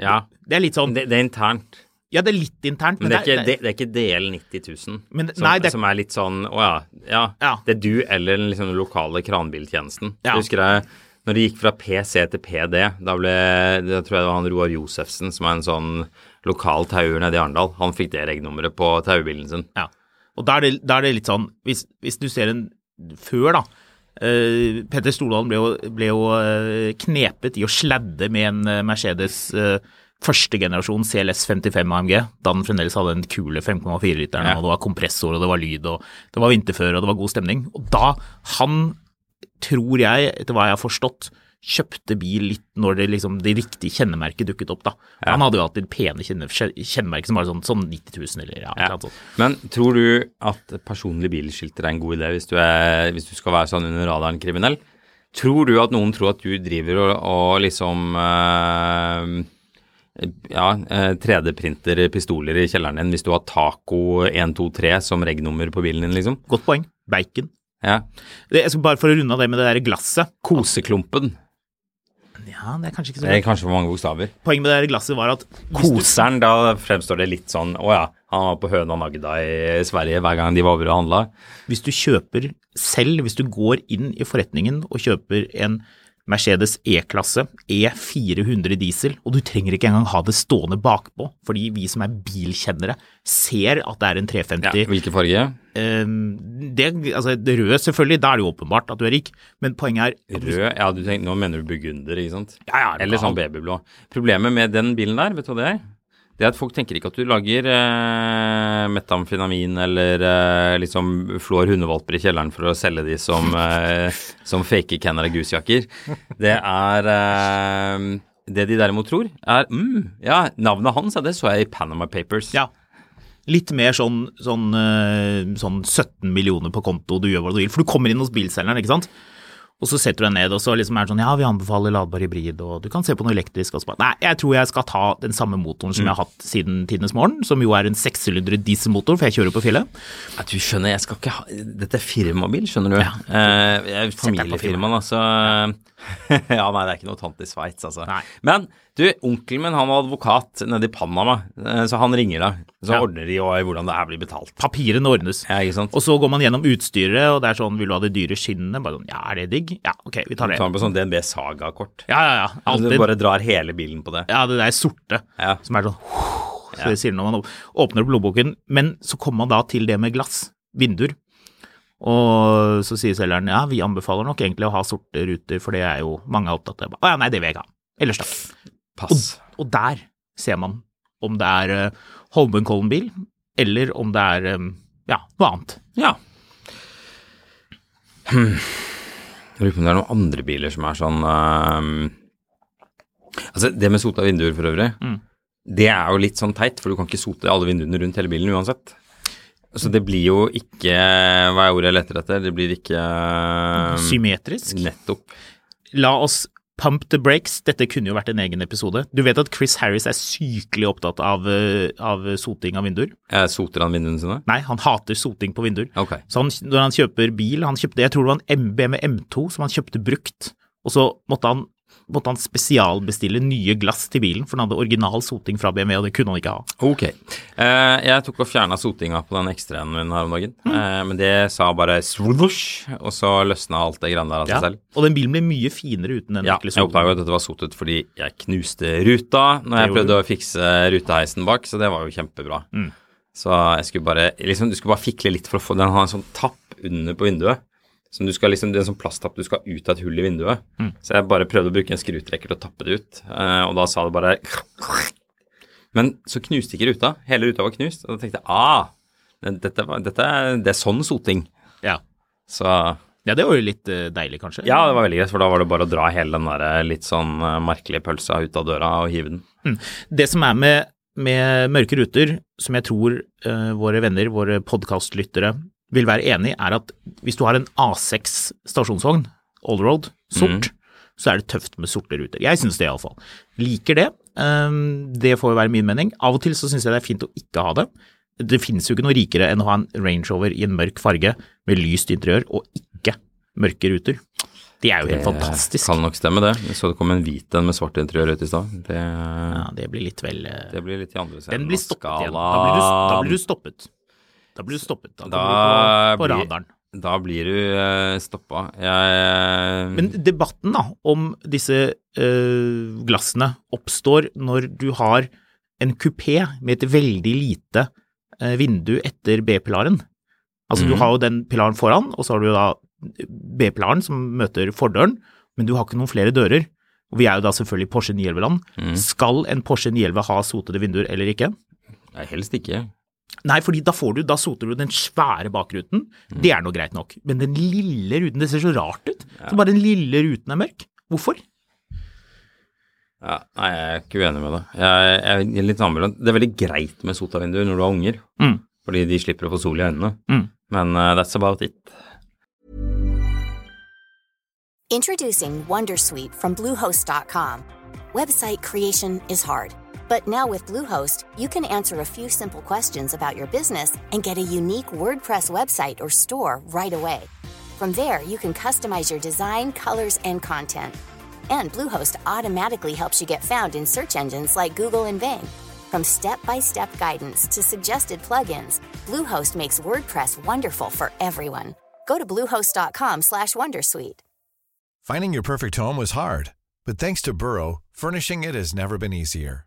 [SPEAKER 4] Ja,
[SPEAKER 3] Det er litt sånn
[SPEAKER 4] det, det er internt.
[SPEAKER 3] Ja, det er litt internt,
[SPEAKER 4] Men det er ikke, det,
[SPEAKER 3] det-
[SPEAKER 4] det er ikke DL 90 000,
[SPEAKER 3] Men det-
[SPEAKER 4] som,
[SPEAKER 3] nei, det-
[SPEAKER 4] som er litt sånn Å ja. ja,
[SPEAKER 3] Ja.
[SPEAKER 4] Det er du eller den liksom, lokale kranbiltjenesten.
[SPEAKER 3] Ja.
[SPEAKER 4] Jeg husker jeg når det gikk fra PC til PD, da ble Da tror jeg det var han Roar Josefsen, som er en sånn lokal tauer nede i Arendal, han fikk det regnummeret på taubilen sin.
[SPEAKER 3] Ja. Og da er det, da er det litt sånn hvis, hvis du ser en før, da. eh, Petter Stordalen ble jo, ble jo eh, knepet i å sladde med en eh, Mercedes uh, første generasjon CLS 55 AMG, da den fremdeles hadde den kule 5,4-literen,
[SPEAKER 4] Ja.
[SPEAKER 3] og det var kompressor, og det var lyd, og det var vinterføre, og det var god stemning. Og da Han tror jeg, etter hva jeg har forstått, kjøpte bil litt når det, liksom, det riktige kjennemerket dukket opp, da. Han hadde jo alltid pene kjenne, kjennemerker som var sånn, sånn 90 000 eller ja, et eller
[SPEAKER 4] Ja.
[SPEAKER 3] annet sånt.
[SPEAKER 4] Men tror du at personlige bilskilter er en god idé hvis du, er, hvis du skal være sånn under radaren kriminell? Tror du at noen tror at du driver og, og liksom eh, ja, eh, 3D-printer pistoler i kjelleren din hvis du har Taco 123 som regnummer på bilen din, liksom?
[SPEAKER 3] Godt poeng. Bacon.
[SPEAKER 4] Ja.
[SPEAKER 3] Det, jeg skal bare for å runde av det med det der glasset.
[SPEAKER 4] Koseklumpen.
[SPEAKER 3] Ja, det er kanskje ikke så
[SPEAKER 4] Det er
[SPEAKER 3] godt.
[SPEAKER 4] kanskje for mange bokstaver.
[SPEAKER 3] Poenget med det der glasset var at hvis du-
[SPEAKER 4] Koseren, da fremstår det litt sånn Å ja, han var på Høna Nagda i Sverige hver gang de var over og handla.
[SPEAKER 3] hvis du kjøper selv, hvis du går inn i forretningen og kjøper en Mercedes E-klasse, E400 diesel, og du trenger ikke engang ha det stående bakpå, fordi vi som er bilkjennere ser at det er en 350
[SPEAKER 4] Hvilken farge?
[SPEAKER 3] Ehm, det, altså, det røde selvfølgelig, da er det jo åpenbart at du er rik, men poenget er at du,
[SPEAKER 4] Rød? Ja, du tenker, nå mener du burgunder, ikke sant?
[SPEAKER 3] Ja, ja, det
[SPEAKER 4] Eller
[SPEAKER 3] kan.
[SPEAKER 4] sånn babyblå. Problemet med den bilen der, vet du hva det er? Det er at folk tenker ikke at du lager eh, metamfetamin eller eh, liksom flår hundevalper i kjelleren for å selge
[SPEAKER 3] (laughs)
[SPEAKER 4] de som, eh, som fake Canada Goose-jakker. Det er eh, Det de derimot tror, er mm, Ja, navnet hans, ja, det så jeg i Panama Papers.
[SPEAKER 3] Ja. Litt mer sånn, sånn, eh, sånn 17 millioner på konto, du gjør hva du vil. For du kommer inn hos bilselgeren, ikke sant. Og så setter du deg ned, og så liksom er det sånn ja, vi anbefaler ladbar hybrid, og du kan se på noe elektrisk. Og så bare nei, jeg tror jeg skal ta den samme motoren som jeg
[SPEAKER 4] Mm.
[SPEAKER 3] har hatt siden tidenes morgen, som jo er en sekssylindret dieselmotor, for jeg kjører på fjellet.
[SPEAKER 4] Ja, du skjønner, jeg skal ikke ha Dette er firmabil, skjønner du. Eh, jeg er
[SPEAKER 3] deg på
[SPEAKER 4] familiefirmaen, altså. eh, (laughs) ja, nei, det er ikke noe tante i Sveits, altså.
[SPEAKER 3] Nei.
[SPEAKER 4] Men du, onkelen min han var advokat nede i Panama, eh, så han ringer deg. Så
[SPEAKER 3] Ja.
[SPEAKER 4] ordner de jo hvordan det her blir betalt.
[SPEAKER 3] Papirene ordnes.
[SPEAKER 4] Ja, ikke sant?
[SPEAKER 3] Og så går man gjennom utstyret, og det er sånn, vil du ha det dyre skinnet? Bare sånn, ja, er det digg? Ja, ok, vi tar
[SPEAKER 4] Du
[SPEAKER 3] det.
[SPEAKER 4] tar den på sånn DNB Saga-kort.
[SPEAKER 3] Ja, ja, ja.
[SPEAKER 4] Altså,
[SPEAKER 3] Alltid.
[SPEAKER 4] du bare drar hele bilen på det.
[SPEAKER 3] Ja, det der sorte,
[SPEAKER 4] Ja.
[SPEAKER 3] som er sånn (laughs) Så det sier når man åp- åpner opp lommeboken. Men så kommer man da til det med glass, vinduer. Og så sier selgeren ja, vi anbefaler nok egentlig å ha sorte ruter, for det er jo mange er opptatt av. Å ja, nei, det vil jeg ikke ha. Ellers takk. Og,
[SPEAKER 4] Pass.
[SPEAKER 3] og der ser man om det er eh, Holmenkollen-bil, eller om det er eh, ja, noe annet.
[SPEAKER 4] Ja. Hmm. Jeg lurer på om det er noen andre biler som er sånn ehm, Altså, det med sota vinduer for øvrig, det er jo litt sånn teit, for du kan ikke sote alle vinduene rundt hele bilen uansett. Så det blir jo ikke Hva er ordet jeg leter etter? Det blir ikke ehm,
[SPEAKER 3] Symmetrisk.
[SPEAKER 4] Nettopp.
[SPEAKER 3] La oss pump the brakes. Dette kunne jo vært en egen episode. Du vet at Chris Harris er sykelig opptatt av, eh, av soting av vinduer?
[SPEAKER 4] Eh, soter han vinduene sine?
[SPEAKER 3] Nei, han hater soting på vinduer.
[SPEAKER 4] Ok.
[SPEAKER 3] Så han, når han kjøper bil, han kjøpte, jeg tror det var en M- BMW M2 som han kjøpte brukt, og så måtte han, måtte han spesialbestille nye glass til bilen, for han hadde original soting fra BMW, og det kunne han ikke ha.
[SPEAKER 4] Ok. Eh, jeg tok og fjerna sotinga på den ekstraen min her om dagen, eh, men det sa bare svolosh, og så løsna alt det greiene der av seg selv.
[SPEAKER 3] Og den bilen ble mye finere uten den
[SPEAKER 4] Ja,
[SPEAKER 3] ekle
[SPEAKER 4] jeg
[SPEAKER 3] soten.
[SPEAKER 4] oppdaga at dette var sotet fordi jeg knuste ruta når jeg
[SPEAKER 3] gjorde
[SPEAKER 4] prøvde å fikse ruteheisen bak, så det var jo kjempebra. Så jeg skulle bare liksom, Du skulle bare fikle litt for å få Den har en sånn tapp under på vinduet. Som du skal liksom, det er en sånn plasttapp du skal ut av et hull i vinduet. Så jeg bare prøvde å bruke en skrutrekker til å tappe det ut, eh, og da sa det bare Men så knuste ikke ruta. Hele ruta var knust. Og da tenkte jeg ah, dette, var- dette, er- det er sånn soting.
[SPEAKER 3] Ja.
[SPEAKER 4] Så
[SPEAKER 3] Ja, det var jo litt eh, deilig, kanskje.
[SPEAKER 4] Ja, det var veldig greit, for da var det bare å dra hele den der litt sånn eh, merkelige pølsa ut av døra og hive den.
[SPEAKER 3] Det som er med, med Mørke ruter, som jeg tror eh, våre venner, våre podkastlyttere, vil være enig i, er at hvis du har en A6 stasjonsvogn, allroad,
[SPEAKER 4] Mhm.
[SPEAKER 3] sort, så er det tøft med sorte ruter. Jeg syns det, iallfall. Liker det. Ehm, det får jo være min mening. Av og til så syns jeg det er fint å ikke ha det. Det finnes jo ikke noe rikere enn å ha en Range Rover i en mørk farge med lyst interiør og ikke mørke ruter. Det er jo helt fantastisk.
[SPEAKER 4] Kan nok stemme det. Jeg så det kom en hvit en med svart interiør ut i stad. Det,
[SPEAKER 3] Ja, det blir litt vel eh,
[SPEAKER 4] det blir litt i andre
[SPEAKER 3] Den
[SPEAKER 4] scenen
[SPEAKER 3] blir
[SPEAKER 4] av
[SPEAKER 3] stoppet igjen. Da
[SPEAKER 4] skalaen.
[SPEAKER 3] blir, du, da blir du stoppet. Da blir du stoppet. Da,
[SPEAKER 4] Da
[SPEAKER 3] kommer du på, på
[SPEAKER 4] blir-
[SPEAKER 3] radaren.
[SPEAKER 4] Da blir du eh, stoppa. Jeg
[SPEAKER 3] Men debatten da, om disse eh, glassene oppstår når du har en kupé med et veldig lite eh, vindu etter B-pilaren. Altså du
[SPEAKER 4] Mhm.
[SPEAKER 3] har jo den pilaren foran, og så har du jo da B-pilaren som møter fordøren, men du har ikke noen flere dører. Og vi er jo da selvfølgelig i Porsche 911-land.
[SPEAKER 4] Mm.
[SPEAKER 3] Skal en Porsche 911 ha sotede vinduer eller ikke?
[SPEAKER 4] Nei, helst ikke.
[SPEAKER 3] Nei, fordi da får du, da soter du den svære bakruten. Det er nå greit nok. Men den lille ruten, det ser så rart ut. Så bare den lille ruten er mørk. Hvorfor?
[SPEAKER 4] Ja, nei, jeg er ikke uenig med det. Jeg, jeg, er litt ambulant. Det er veldig greit med sotavinduer når du har unger,
[SPEAKER 3] Mm.
[SPEAKER 4] fordi de slipper å få sol i øynene.
[SPEAKER 3] Mm.
[SPEAKER 4] Men eh, that's about it.
[SPEAKER 5] Introducing Wondersuite from Bluehost.com. Website creation is hard, but now with Bluehost, you can answer a few simple questions about your business and get a unique WordPress website or store right away. From there, you can customize your design, colors, and content. And Bluehost automatically helps you get found in search engines like Google and Bing. From step-by-step guidance to suggested plugins, Bluehost makes WordPress wonderful for everyone. Go to bluehost.com/wondersuite. slash Wondersuite.
[SPEAKER 2] Finding your perfect home was hard, but thanks to Burrow, furnishing it has never been easier.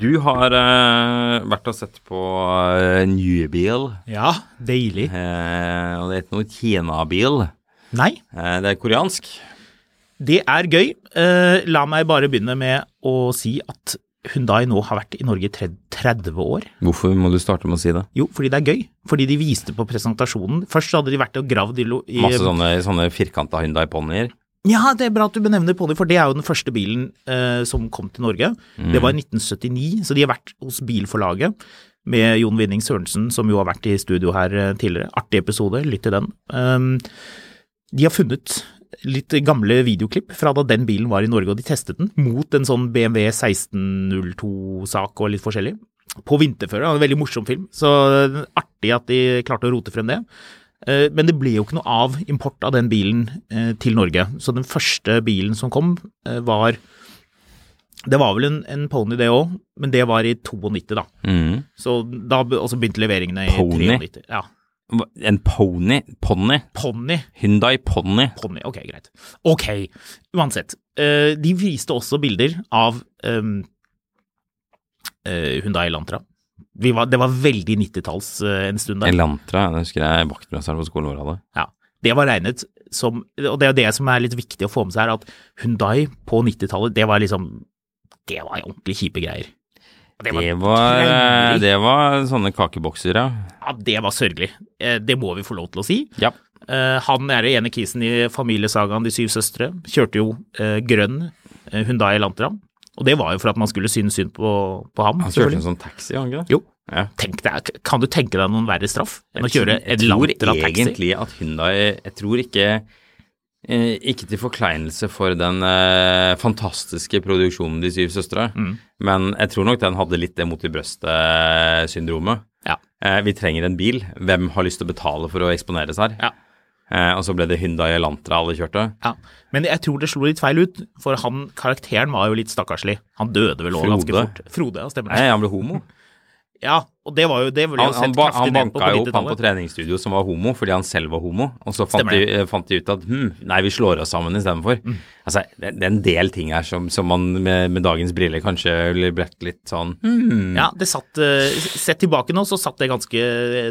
[SPEAKER 4] Du har eh, vært og sett på eh, Newbil,
[SPEAKER 3] Ja, deilig.
[SPEAKER 4] eh, og det heter noe Kinabil.
[SPEAKER 3] Nei,
[SPEAKER 4] Eh, det er koreansk.
[SPEAKER 3] det er gøy. Eh, la meg bare begynne med å si at Hyundai nå har vært i Norge i tre- 30 år.
[SPEAKER 4] Hvorfor må du starte med å si det?
[SPEAKER 3] Jo, fordi det er gøy. Fordi de viste på presentasjonen. Først så hadde de vært og gravd i, lo- i
[SPEAKER 4] Masse sånne, sånne firkanta Hyundai Ponnier.
[SPEAKER 3] Ja, det er bra at du benevner Pony, for det er jo den første bilen eh, som kom til Norge. Det var i 1979, så de har vært hos bilforlaget med Jon Winning Sørensen, som jo har vært i studio her eh, tidligere. Artig episode, lytt til den. Um, de har funnet litt gamle videoklipp fra da den bilen var i Norge, og de testet den mot en sånn BMW 1602-sak og litt forskjellig. På vinterføre. det var En veldig morsom film. Så eh, artig at de klarte å rote frem det. Eh, Men det ble jo ikke noe av import av den bilen eh, til Norge. Så den første bilen som kom, eh, var Det var vel en, en Pony, det òg, men det var i 92, da.
[SPEAKER 4] Mm.
[SPEAKER 3] Så da be- og så begynte leveringene i
[SPEAKER 4] Pony?
[SPEAKER 3] 93. Ja.
[SPEAKER 4] Hva- En pony? Ponni?
[SPEAKER 3] Pony.
[SPEAKER 4] Hyundai Ponni.
[SPEAKER 3] Pony, ok, greit. Ok, uansett. eh, de viste også bilder av um, Hundai Elantra. Vi var, det var veldig 90-talls eh, en stund der.
[SPEAKER 4] Elantra, det husker jeg vaktmesteren på skolen vår hadde.
[SPEAKER 3] Ja, det var regnet som, og det er det som er litt viktig å få med seg her, at Hyundai på 90-tallet, det var liksom, det var ordentlig kjipe greier. Og
[SPEAKER 4] Det var, eh,
[SPEAKER 3] traurig.
[SPEAKER 4] det var sånne kakebokser, ja.
[SPEAKER 3] Ja, det var sørgelig. Eh, Det må vi få lov til å si.
[SPEAKER 4] Ja.
[SPEAKER 3] Eh, Han er den ene kisen i familiesagaen De syv søstre. Kjørte jo eh, grønn eh, Hyundai Elantra. Og det var jo for at man skulle synes synd på, på ham.
[SPEAKER 4] Han kjørte
[SPEAKER 3] selvfølgelig.
[SPEAKER 4] en sånn taxi, var han ikke det?
[SPEAKER 3] Jo.
[SPEAKER 4] Ja.
[SPEAKER 3] Tenk deg, kan du tenke deg noen verre straff enn å kjøre en Elantra
[SPEAKER 4] Jeg tror
[SPEAKER 3] taxi?
[SPEAKER 4] egentlig at Hyundai Jeg tror ikke eh, Ikke til forkleinelse for den eh, fantastiske produksjonen De syv søstre,
[SPEAKER 3] Mm.
[SPEAKER 4] men jeg tror nok den hadde litt det mot i brøstet-syndromet.
[SPEAKER 3] Ja.
[SPEAKER 4] Eh, vi trenger en bil. Hvem har lyst til å betale for å eksponeres her?
[SPEAKER 3] Ja.
[SPEAKER 4] Eh, og så ble det Hyundai Elantra alle kjørte.
[SPEAKER 3] Ja. Men jeg tror det slo litt feil ut, for han, karakteren var jo litt stakkarslig. Han døde vel òg ganske
[SPEAKER 4] Frode.
[SPEAKER 3] fort. Frode, ja, stemmer
[SPEAKER 4] Nei,
[SPEAKER 3] det.
[SPEAKER 4] han ble homo.
[SPEAKER 3] Ja, og det var jo det ble
[SPEAKER 4] Han,
[SPEAKER 3] jo
[SPEAKER 4] han,
[SPEAKER 3] sett
[SPEAKER 4] ba, han
[SPEAKER 3] kraftig ned på
[SPEAKER 4] banka
[SPEAKER 3] på
[SPEAKER 4] jo opp han på
[SPEAKER 3] 90-tallet.
[SPEAKER 4] treningsstudio som var homo, fordi han selv var homo. Og så fant,
[SPEAKER 3] Stemmer Mm.
[SPEAKER 4] de,
[SPEAKER 3] det.
[SPEAKER 4] eh, fant de ut at hm, nei, vi slår oss sammen istedenfor. Altså, det, det er en del ting her som, som man med, med dagens briller kanskje ville blitt litt sånn hm.
[SPEAKER 3] Ja, det satt, eh, sett tilbake nå, så satt det ganske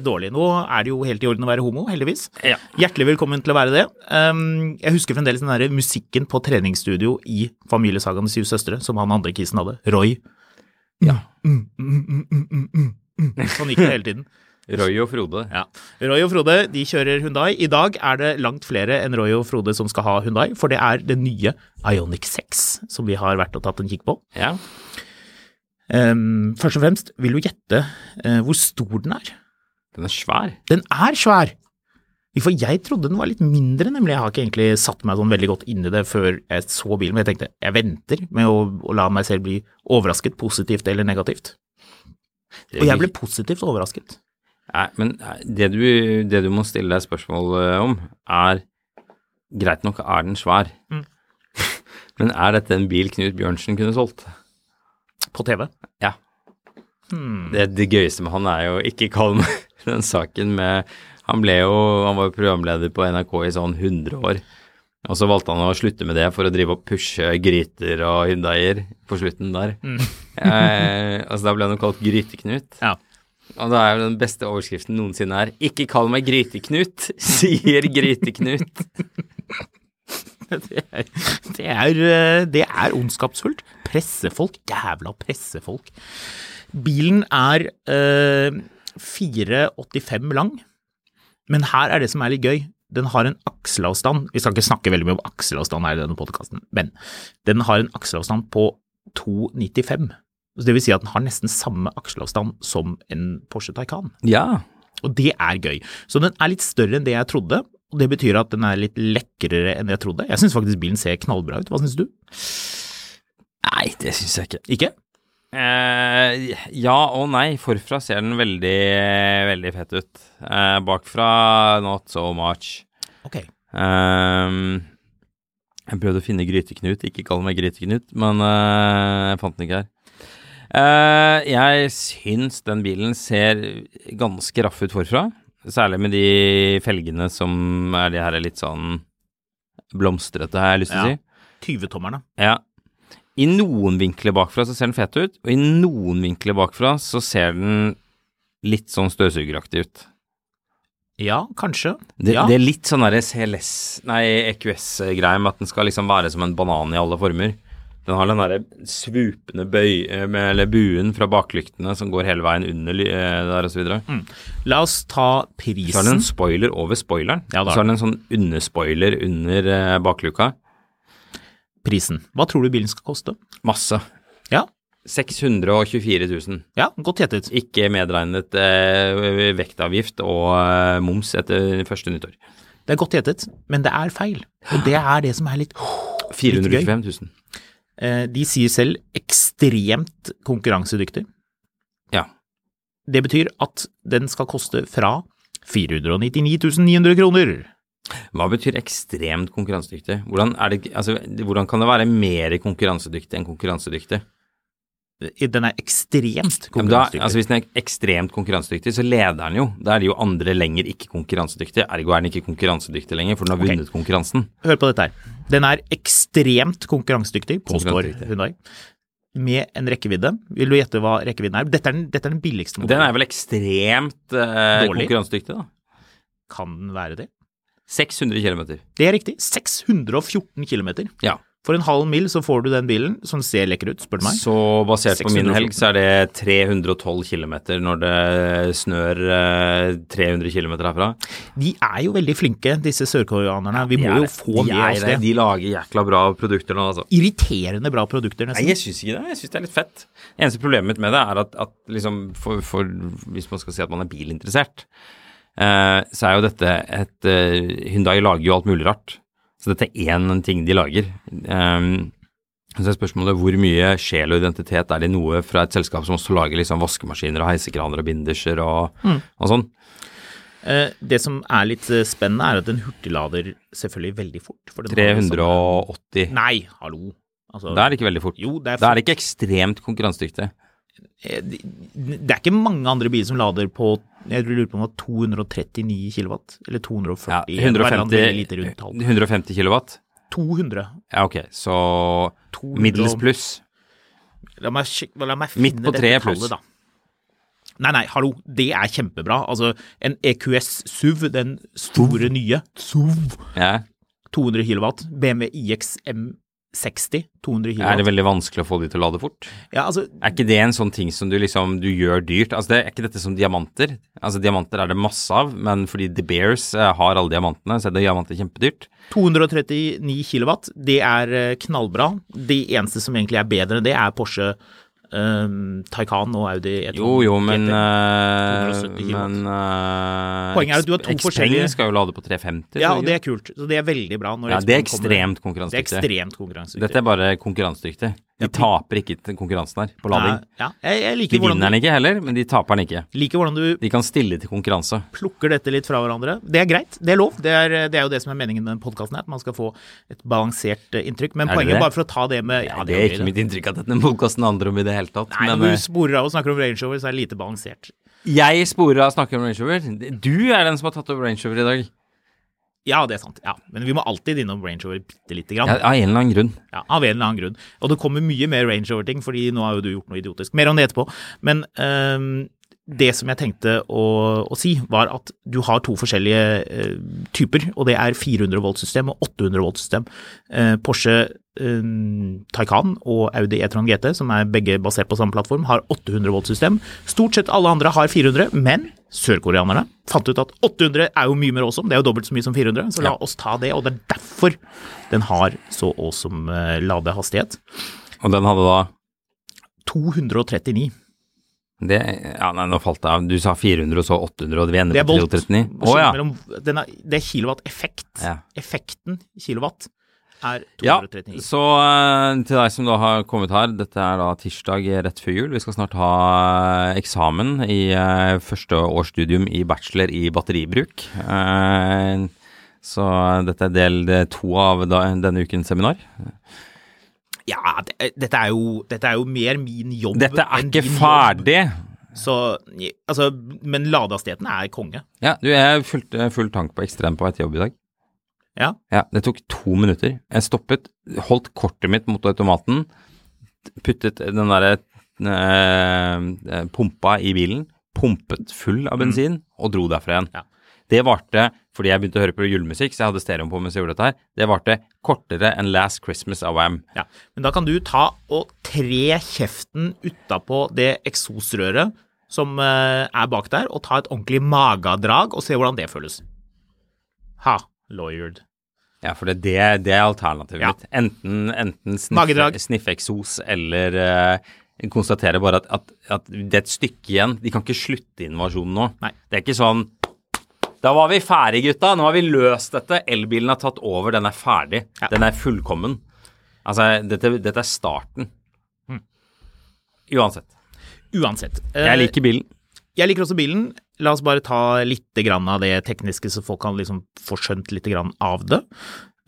[SPEAKER 3] dårlig. Nå er det jo helt i orden å være homo, heldigvis.
[SPEAKER 4] Ja.
[SPEAKER 3] Hjertelig velkommen til å være det. Um, jeg husker fremdeles den der musikken på treningsstudio i Familiesagaen De syv søstre, som han andre kisen hadde, Roy. Mm, Ja. Sånn gikk det hele tiden.
[SPEAKER 4] Roy og Frode.
[SPEAKER 3] Ja. Roy og Frode de kjører Hundai. I dag er det langt flere enn Roy og Frode som skal ha Hundai, for det er det nye Ionic 6 som vi har vært og tatt en kikk på.
[SPEAKER 4] Ja.
[SPEAKER 3] Ehm, først og fremst, vil du gjette eh, hvor stor den er?
[SPEAKER 4] Den er svær.
[SPEAKER 3] Den er svær! For jeg trodde den var litt mindre, nemlig. Jeg har ikke egentlig satt meg sånn veldig godt inn i det før jeg så bilen, men jeg tenkte jeg venter med å, å la meg selv bli overrasket, positivt eller negativt. Og jeg ble positivt overrasket.
[SPEAKER 4] Nei, men nei, det du, det du må stille deg spørsmål eh, om, er Greit nok er den svær,
[SPEAKER 3] Mm.
[SPEAKER 4] (laughs) men er dette en bil Knut Bjørnsen kunne solgt?
[SPEAKER 3] På TV.
[SPEAKER 4] Ja. Det, det gøyeste med han er jo Ikke kall meg (laughs) den saken med Han ble jo Han var jo programleder på NRK i sånn 100 år. Og så valgte han å slutte med det for å drive og pushe gryter og hyndaier på slutten der. (laughs) eh, altså da ble han jo kalt Gryteknut.
[SPEAKER 3] Ja.
[SPEAKER 4] Og da er jo den beste overskriften noensinne her Ikke kall meg Gryteknut, (laughs) sier
[SPEAKER 3] (laughs)
[SPEAKER 4] Gryteknut.
[SPEAKER 3] Det er, det, er, eh, det er ondskapsfullt. Pressefolk. Jævla pressefolk. Bilen er eh, 4,85 lang, men her er det som er litt gøy. Den har en akselavstand Vi skal ikke snakke veldig mye om akselavstand her i denne podkasten, men den har en akselavstand på 2,95. Så det vil si at den har nesten samme akselavstand som en Porsche Taycan.
[SPEAKER 4] Ja.
[SPEAKER 3] Og det er gøy. Så den er litt større enn det jeg trodde, og det betyr at den er litt lekrere enn jeg trodde. Jeg syns faktisk bilen ser knallbra ut, hva syns du?
[SPEAKER 4] Nei, det syns jeg ikke.
[SPEAKER 3] Ikke?
[SPEAKER 4] Eh, ja og nei. Forfra ser den veldig, veldig fett ut. Eh, bakfra not so much.
[SPEAKER 3] Ok.
[SPEAKER 4] Ehm, jeg prøvde å finne Gryteknut, ikke kall meg Gryteknut, men eh, jeg fant den ikke her. Eh, jeg syns den bilen ser ganske raff ut forfra, særlig med de felgene som er de her litt sånn blomstrete, har jeg lyst til
[SPEAKER 3] Ja.
[SPEAKER 4] å si.
[SPEAKER 3] 20-tommerne.
[SPEAKER 4] Ja. I noen vinkler bakfra så ser den fet ut, og i noen vinkler bakfra så ser den litt sånn støvsugeraktig ut.
[SPEAKER 3] Ja, kanskje.
[SPEAKER 4] Det,
[SPEAKER 3] ja.
[SPEAKER 4] det er litt sånn derre CLS, nei EQS-greie med at den skal liksom være som en banan i alle former. Den har den derre svupende bøy, eh, eller buen fra baklyktene som går hele veien under ly- eh, der og så videre.
[SPEAKER 3] Mm. La oss ta
[SPEAKER 4] Så har den
[SPEAKER 3] prisen.
[SPEAKER 4] en spoiler over spoileren.
[SPEAKER 3] Ja, da.
[SPEAKER 4] så har den en sånn underspoiler under eh, bakluka.
[SPEAKER 3] prisen. Hva tror du bilen skal koste?
[SPEAKER 4] Masse.
[SPEAKER 3] Ja,
[SPEAKER 4] 624 000.
[SPEAKER 3] ja godt gjettet.
[SPEAKER 4] Ikke medregnet eh, vektavgift og eh, moms etter første nyttår.
[SPEAKER 3] Det er godt gjettet, men det er feil. Og det er det som er litt
[SPEAKER 4] 425 000.
[SPEAKER 3] Eh, De sier selv ekstremt konkurransedyktig.
[SPEAKER 4] Ja.
[SPEAKER 3] Det betyr at den skal koste fra 499 900 kroner.
[SPEAKER 4] Hva betyr ekstremt konkurransedyktig? Hvordan, er det, altså, hvordan kan det være mer konkurransedyktig enn konkurransedyktig?
[SPEAKER 3] Den er ekstremt
[SPEAKER 4] Ja, men Da,
[SPEAKER 3] konkurransedyktig.
[SPEAKER 4] altså, hvis den er ekstremt konkurransedyktig, så leder den jo. Da er det jo andre lenger ikke konkurransedyktige. Ergo er den ikke konkurransedyktig lenger, for den har
[SPEAKER 3] Ok.
[SPEAKER 4] vunnet konkurransen.
[SPEAKER 3] Hør på dette her. Den er ekstremt konkurransedyktig, påstår
[SPEAKER 4] Konkurransedyktig.
[SPEAKER 3] Hundai. Med en rekkevidde. Vil du gjette hva rekkevidden er? Dette er den, dette er den billigste
[SPEAKER 4] Den
[SPEAKER 3] modellen.
[SPEAKER 4] er vel ekstremt eh,
[SPEAKER 3] Dårlig.
[SPEAKER 4] konkurransedyktig, da.
[SPEAKER 3] Kan den være det?
[SPEAKER 4] 600 km.
[SPEAKER 3] Det er riktig. 614 km.
[SPEAKER 4] Ja.
[SPEAKER 3] For en halv mil så får du den bilen, som ser lekker ut, spør du meg.
[SPEAKER 4] Så basert på min
[SPEAKER 3] 614.
[SPEAKER 4] helg, så er det 312 km når det snør eh, 300 km herfra.
[SPEAKER 3] De er jo veldig flinke, disse sørkoreanerne. Vi må
[SPEAKER 4] De er-
[SPEAKER 3] jo få
[SPEAKER 4] de
[SPEAKER 3] med
[SPEAKER 4] er
[SPEAKER 3] oss
[SPEAKER 4] det.
[SPEAKER 3] det.
[SPEAKER 4] De lager jækla bra produkter nå, altså.
[SPEAKER 3] Irriterende bra produkter,
[SPEAKER 4] Nei,
[SPEAKER 3] nesten.
[SPEAKER 4] jeg syns ikke det. Jeg syns det er litt fett. Eneste problemet mitt med det er at, at liksom for, for Hvis man skal si at man er bilinteressert, eh, så er jo dette et eh, Hyundai lager jo alt mulig rart. Så dette er én ting de lager. Ehm, så er spørsmålet hvor mye sjel og identitet er det i noe fra et selskap som også lager liksom vaskemaskiner og heisekraner og binderser og,
[SPEAKER 3] Mm.
[SPEAKER 4] og sånn.
[SPEAKER 3] Eh, Det som er litt eh, spennende, er at en hurtiglader selvfølgelig veldig fort. For den har jo sånn-
[SPEAKER 4] 380.
[SPEAKER 3] Nei, hallo. Altså,
[SPEAKER 4] Da er det ikke veldig fort.
[SPEAKER 3] Jo, det er
[SPEAKER 4] Da
[SPEAKER 3] fort.
[SPEAKER 4] er det ikke ekstremt konkurransedyktig.
[SPEAKER 3] eh, de- Det er ikke mange andre biler som lader på jeg lurer på om det var 239 kilowatt, eller 240
[SPEAKER 4] Ja,
[SPEAKER 3] hver andre
[SPEAKER 4] 150,
[SPEAKER 3] lite rundt tall.
[SPEAKER 4] 150 kilowatt?
[SPEAKER 3] 200.
[SPEAKER 4] Ja, ok. Så middels pluss.
[SPEAKER 3] La meg, sjek- la meg finne
[SPEAKER 4] Midt på treet
[SPEAKER 3] dette
[SPEAKER 4] pluss.
[SPEAKER 3] tallet, da. Nei, nei, hallo, det er kjempebra. Altså, en EQS SUV, den store nye,
[SPEAKER 4] Ja.
[SPEAKER 3] 200 kilowatt. BMW IX M60, 200
[SPEAKER 4] Er det
[SPEAKER 3] kilowatt.
[SPEAKER 4] veldig vanskelig å få de til å lade fort?
[SPEAKER 3] Ja, altså,
[SPEAKER 4] Er ikke det en sånn ting som du liksom du gjør dyrt? Altså, det er ikke dette som diamanter. Altså, diamanter er det masse av, men fordi The Bears eh, har alle diamantene, så er det diamanter kjempedyrt.
[SPEAKER 3] 239 kilowatt, det er eh, knallbra. Det eneste som egentlig er bedre enn det, er Porsche um, Taycan og Audi E E2.
[SPEAKER 4] Jo, jo, men
[SPEAKER 3] GT. 270
[SPEAKER 4] eh,
[SPEAKER 3] kilowatt.
[SPEAKER 4] Men eh,
[SPEAKER 3] Poenget er at du har to
[SPEAKER 4] Xpeng
[SPEAKER 3] forskjellige-
[SPEAKER 4] skal jo lade på 350.
[SPEAKER 3] Ja,
[SPEAKER 4] så
[SPEAKER 3] og det er kult. Så det er veldig bra. Når
[SPEAKER 4] Ja, det er
[SPEAKER 3] Xpeng kommer.
[SPEAKER 4] ekstremt
[SPEAKER 3] Det er
[SPEAKER 4] konkurransedyktig.
[SPEAKER 3] ekstremt konkurransedyktig.
[SPEAKER 4] Dette er bare konkurransedyktig. De taper ikke til konkurransen her, på lading.
[SPEAKER 3] Ja, jeg, jeg
[SPEAKER 4] De
[SPEAKER 3] liker,
[SPEAKER 4] vinner
[SPEAKER 3] hvordan
[SPEAKER 4] den
[SPEAKER 3] du,
[SPEAKER 4] ikke heller, men de taper den ikke.
[SPEAKER 3] liker hvordan du
[SPEAKER 4] De kan stille til konkurranse.
[SPEAKER 3] plukker dette litt fra hverandre. Det er greit, det er lov. Det er, det er jo det som er meningen med denne podkasten, at man skal få et balansert eh, inntrykk. Men
[SPEAKER 4] Er det
[SPEAKER 3] poenget
[SPEAKER 4] det?
[SPEAKER 3] bare for å ta det med
[SPEAKER 4] Ja, det er ikke
[SPEAKER 3] gøy, det.
[SPEAKER 4] mitt inntrykk at denne podkasten handler om i det hele tatt.
[SPEAKER 3] Nei,
[SPEAKER 4] men
[SPEAKER 3] når
[SPEAKER 4] eh,
[SPEAKER 3] du sporer av og snakker om Range Rover, så er det lite balansert.
[SPEAKER 4] jeg sporer av å snakke om Range Rover. Du er den som har tatt over Range Rover i dag.
[SPEAKER 3] Ja, det er sant. Ja, men vi må alltid innom Range Rover bitte lite
[SPEAKER 4] Ja,
[SPEAKER 3] grann.
[SPEAKER 4] av en eller annen grunn.
[SPEAKER 3] Ja, av en eller annen grunn. Og det kommer mye mer Range Rover-ting, fordi nå har jo du gjort noe idiotisk. Mer om det etterpå. Men ehm, det som jeg tenkte å, å si, var at du har to forskjellige eh, typer, og det er 400 volt-system og 800 volt-system. Eh, Porsche eh, Taycan og Audi e-tron GT, som er begge basert på samme plattform, har 800 volt-system. Stort sett alle andre har 400, men sørkoreanerne fant ut at 800 er jo mye mer awesome, det er jo dobbelt så mye som 400, så la
[SPEAKER 4] Ja.
[SPEAKER 3] oss ta det, og det er derfor den har så awesome eh, ladehastighet.
[SPEAKER 4] Og den hadde da
[SPEAKER 3] 239.
[SPEAKER 4] det, ja, nei, nå falt det av. Du sa 400 og så 800, og vi ender
[SPEAKER 3] Det er
[SPEAKER 4] på
[SPEAKER 3] volt.
[SPEAKER 4] 339.
[SPEAKER 3] Forskjellen
[SPEAKER 4] Å ja.
[SPEAKER 3] mellom, den er, det er kilowatt-effekt.
[SPEAKER 4] Ja.
[SPEAKER 3] Effekten kilowatt er
[SPEAKER 4] ja.
[SPEAKER 3] 239.
[SPEAKER 4] Så eh, til deg som da har kommet her, dette er da tirsdag rett før jul. Vi skal snart ha eh, eksamen i eh, første årsstudium i bachelor i batteribruk. Eh, Så dette er del eh, to av da, denne ukens seminar.
[SPEAKER 3] Ja, det, dette, er jo, dette er jo mer min jobb
[SPEAKER 4] Dette er
[SPEAKER 3] enn
[SPEAKER 4] ikke
[SPEAKER 3] din jobb.
[SPEAKER 4] ferdig!
[SPEAKER 3] Så, altså, men ladehastigheten er konge.
[SPEAKER 4] Ja, du, jeg fulgte full tank på ekstrem på vei til jobb i dag.
[SPEAKER 3] Ja.
[SPEAKER 4] Ja, det tok to minutter. Jeg stoppet, holdt kortet mitt mot automaten, puttet den derre eh, pumpa i bilen, pumpet full av bensin og dro derfra igjen.
[SPEAKER 3] Ja.
[SPEAKER 4] Det varte, fordi jeg begynte å høre på julemusikk, så jeg hadde stereoen på mens jeg gjorde dette her, det varte kortere enn Last Christmas av Wham.
[SPEAKER 3] Ja. Men da kan du ta og tre kjeften utapå det eksosrøret som eh, er bak der, og ta et ordentlig magedrag og se hvordan det føles. Ha, lawyered.
[SPEAKER 4] Ja, for det, det, det er alternativet
[SPEAKER 3] Ja.
[SPEAKER 4] mitt. Enten, enten sniffe,
[SPEAKER 3] Magedrag.
[SPEAKER 4] sniffeksos eller eh, konstatere bare at, at, at det er et stykke igjen. De kan ikke slutte invasjonen nå.
[SPEAKER 3] Nei.
[SPEAKER 4] Det er ikke sånn Da var vi ferdig, gutta. Nå har vi løst dette. Elbilen har tatt over. Den er ferdig.
[SPEAKER 3] Ja.
[SPEAKER 4] Den er fullkommen. Altså, dette, dette er starten. Uansett.
[SPEAKER 3] Uansett. Hmm. Eh,
[SPEAKER 4] Jeg liker bilen.
[SPEAKER 3] Jeg liker også bilen. La oss bare ta litt grann av det tekniske, så folk kan liksom få skjønt litt grann av det.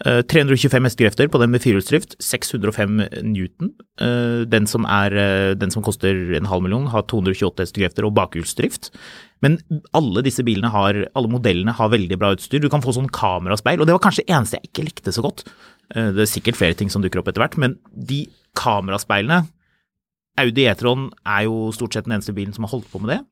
[SPEAKER 3] Eh, 325 hestekrefter på den med firehjulsdrift, 605 newton. Eh, Den som, er, eh, den som koster en halv million, har 228 hestekrefter og bakhjulsdrift. Men alle disse bilene har, alle modellene har veldig bra utstyr. Du kan få sånn kameraspeil, og det var kanskje det eneste jeg ikke likte så godt. Eh, Det er sikkert flere ting som dukker opp etter hvert, men de kameraspeilene Audi E-tron er jo stort sett den eneste bilen som har holdt på med det.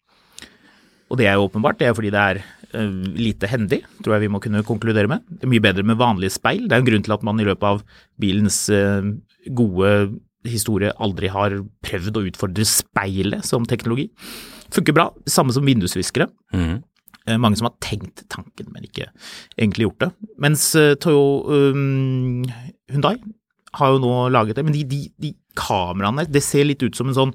[SPEAKER 3] Og det er jo åpenbart, det er fordi det er ø, lite hendig, tror jeg vi må kunne konkludere med. Det er mye bedre med vanlige speil. Det er en grunn til at man i løpet av bilens ø, gode historie aldri har prøvd å utfordre speilet som teknologi. Funker bra, samme som vindusviskere. Eh, Mange som har tenkt tanken, men ikke egentlig gjort det. Mens eh, Toyo um, Hundai har jo nå laget det, men de, de, de kameraene Det ser litt ut som en sånn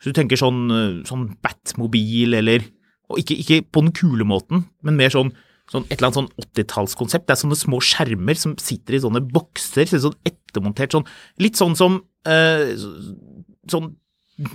[SPEAKER 3] Hvis du tenker sånn, eh, sånn Batmobil eller og ikke, ikke på den kule måten, men mer sånn, sånn et eller annet sånn 80-tallskonsept. Det er sånne små skjermer som sitter i sånne bokser, ser sånn ettermontert sånn Litt sånn som eh, sånn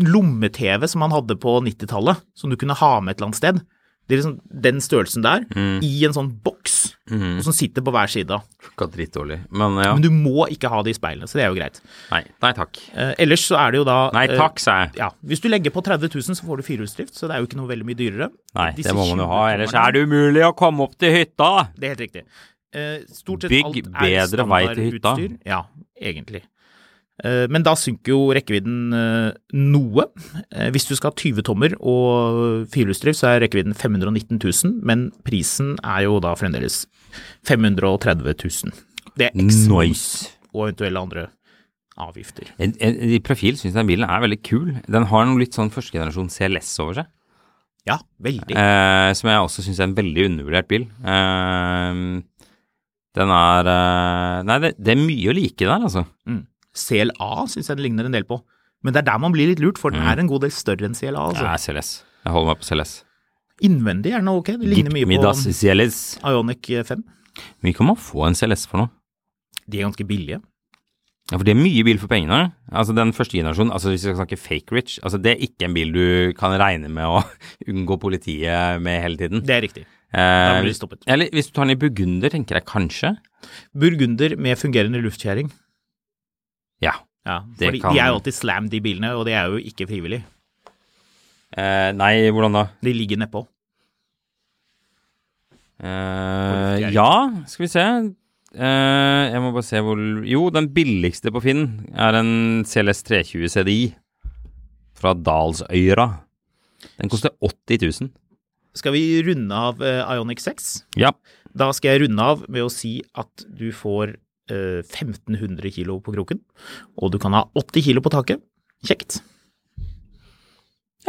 [SPEAKER 3] lomme-TV som man hadde på 90-tallet, som du kunne ha med et eller annet sted. Det er liksom den størrelsen der,
[SPEAKER 4] Mm.
[SPEAKER 3] i en sånn boks, som sitter på hver side.
[SPEAKER 4] Funka dritdårlig. Men ja.
[SPEAKER 3] Men du må ikke ha det i speilene, så det er jo greit.
[SPEAKER 4] Nei, nei takk.
[SPEAKER 3] Eh, ellers så er det jo da
[SPEAKER 4] Nei
[SPEAKER 3] eh,
[SPEAKER 4] takk, sa jeg.
[SPEAKER 3] ja, Hvis du legger på 30 000, så får du firehjulsdrift, så det er jo ikke noe veldig mye dyrere.
[SPEAKER 4] Nei,
[SPEAKER 3] Disse
[SPEAKER 4] det må man jo ha,
[SPEAKER 3] 20
[SPEAKER 4] ellers
[SPEAKER 3] tommerne-
[SPEAKER 4] er det umulig å komme opp til hytta!
[SPEAKER 3] Det er helt riktig. Eh, stort sett
[SPEAKER 4] Bygg
[SPEAKER 3] alt er
[SPEAKER 4] bedre vei til hytta.
[SPEAKER 3] standardutstyr. Ja, egentlig. Eh, men da synker jo rekkevidden eh, noe. Eh, hvis du skal ha 20 tommer og firehjulsdrift, så er rekkevidden 519 000, men prisen er jo da fremdeles 530 000. Det er X
[SPEAKER 4] Nice.
[SPEAKER 3] og eventuelle andre avgifter.
[SPEAKER 4] En, en, I profil syns jeg den bilen er veldig kul. Den har noe litt sånn førstegenerasjon CLS over seg,
[SPEAKER 3] Ja, veldig.
[SPEAKER 4] eh, som jeg også syns er en veldig undervurdert bil. Eh, den er eh, Nei, det, det er mye å like der, altså.
[SPEAKER 3] Mm. CLA syns jeg det ligner en del på. Men det er der man blir litt lurt, for
[SPEAKER 4] Mm.
[SPEAKER 3] den er en god del større enn CLA.
[SPEAKER 4] Det
[SPEAKER 3] Altså.
[SPEAKER 4] er CLS. Jeg holder meg på CLS.
[SPEAKER 3] Innvendig er den ok, det ligner mye
[SPEAKER 4] Middags
[SPEAKER 3] på
[SPEAKER 4] CLS.
[SPEAKER 3] Ionic 5.
[SPEAKER 4] Mye kan man få en CLS for noe.
[SPEAKER 3] De er ganske billige.
[SPEAKER 4] Ja, for det er mye bil for pengene. Altså Den første generasjonen, altså hvis vi skal snakke fake rich, altså det er ikke en bil du kan regne med å (laughs) unngå politiet med hele tiden.
[SPEAKER 3] Det er riktig.
[SPEAKER 4] Eh,
[SPEAKER 3] blir det stoppet.
[SPEAKER 4] Eller hvis du tar den i Burgunder, tenker jeg kanskje.
[SPEAKER 3] Burgunder med fungerende luftkjæring.
[SPEAKER 4] Ja.
[SPEAKER 3] Ja,
[SPEAKER 4] Det
[SPEAKER 3] fordi
[SPEAKER 4] kan-
[SPEAKER 3] De er jo alltid slam, de bilene, og det er jo ikke frivillig.
[SPEAKER 4] Eh, nei, hvordan da?
[SPEAKER 3] De ligger nedpå.
[SPEAKER 4] Eh, ja, skal vi se. Eh, jeg må bare se hvor Jo, den billigste på Finn er en CLS 320 CDI fra Dalsøyra. Den koster 80 000.
[SPEAKER 3] Skal vi runde av eh, Ionic 6?
[SPEAKER 4] Ja.
[SPEAKER 3] Da skal jeg runde av med å si at du får eh, 1500 kilo på kroken, og du kan ha 80 kilo på taket. Kjekt.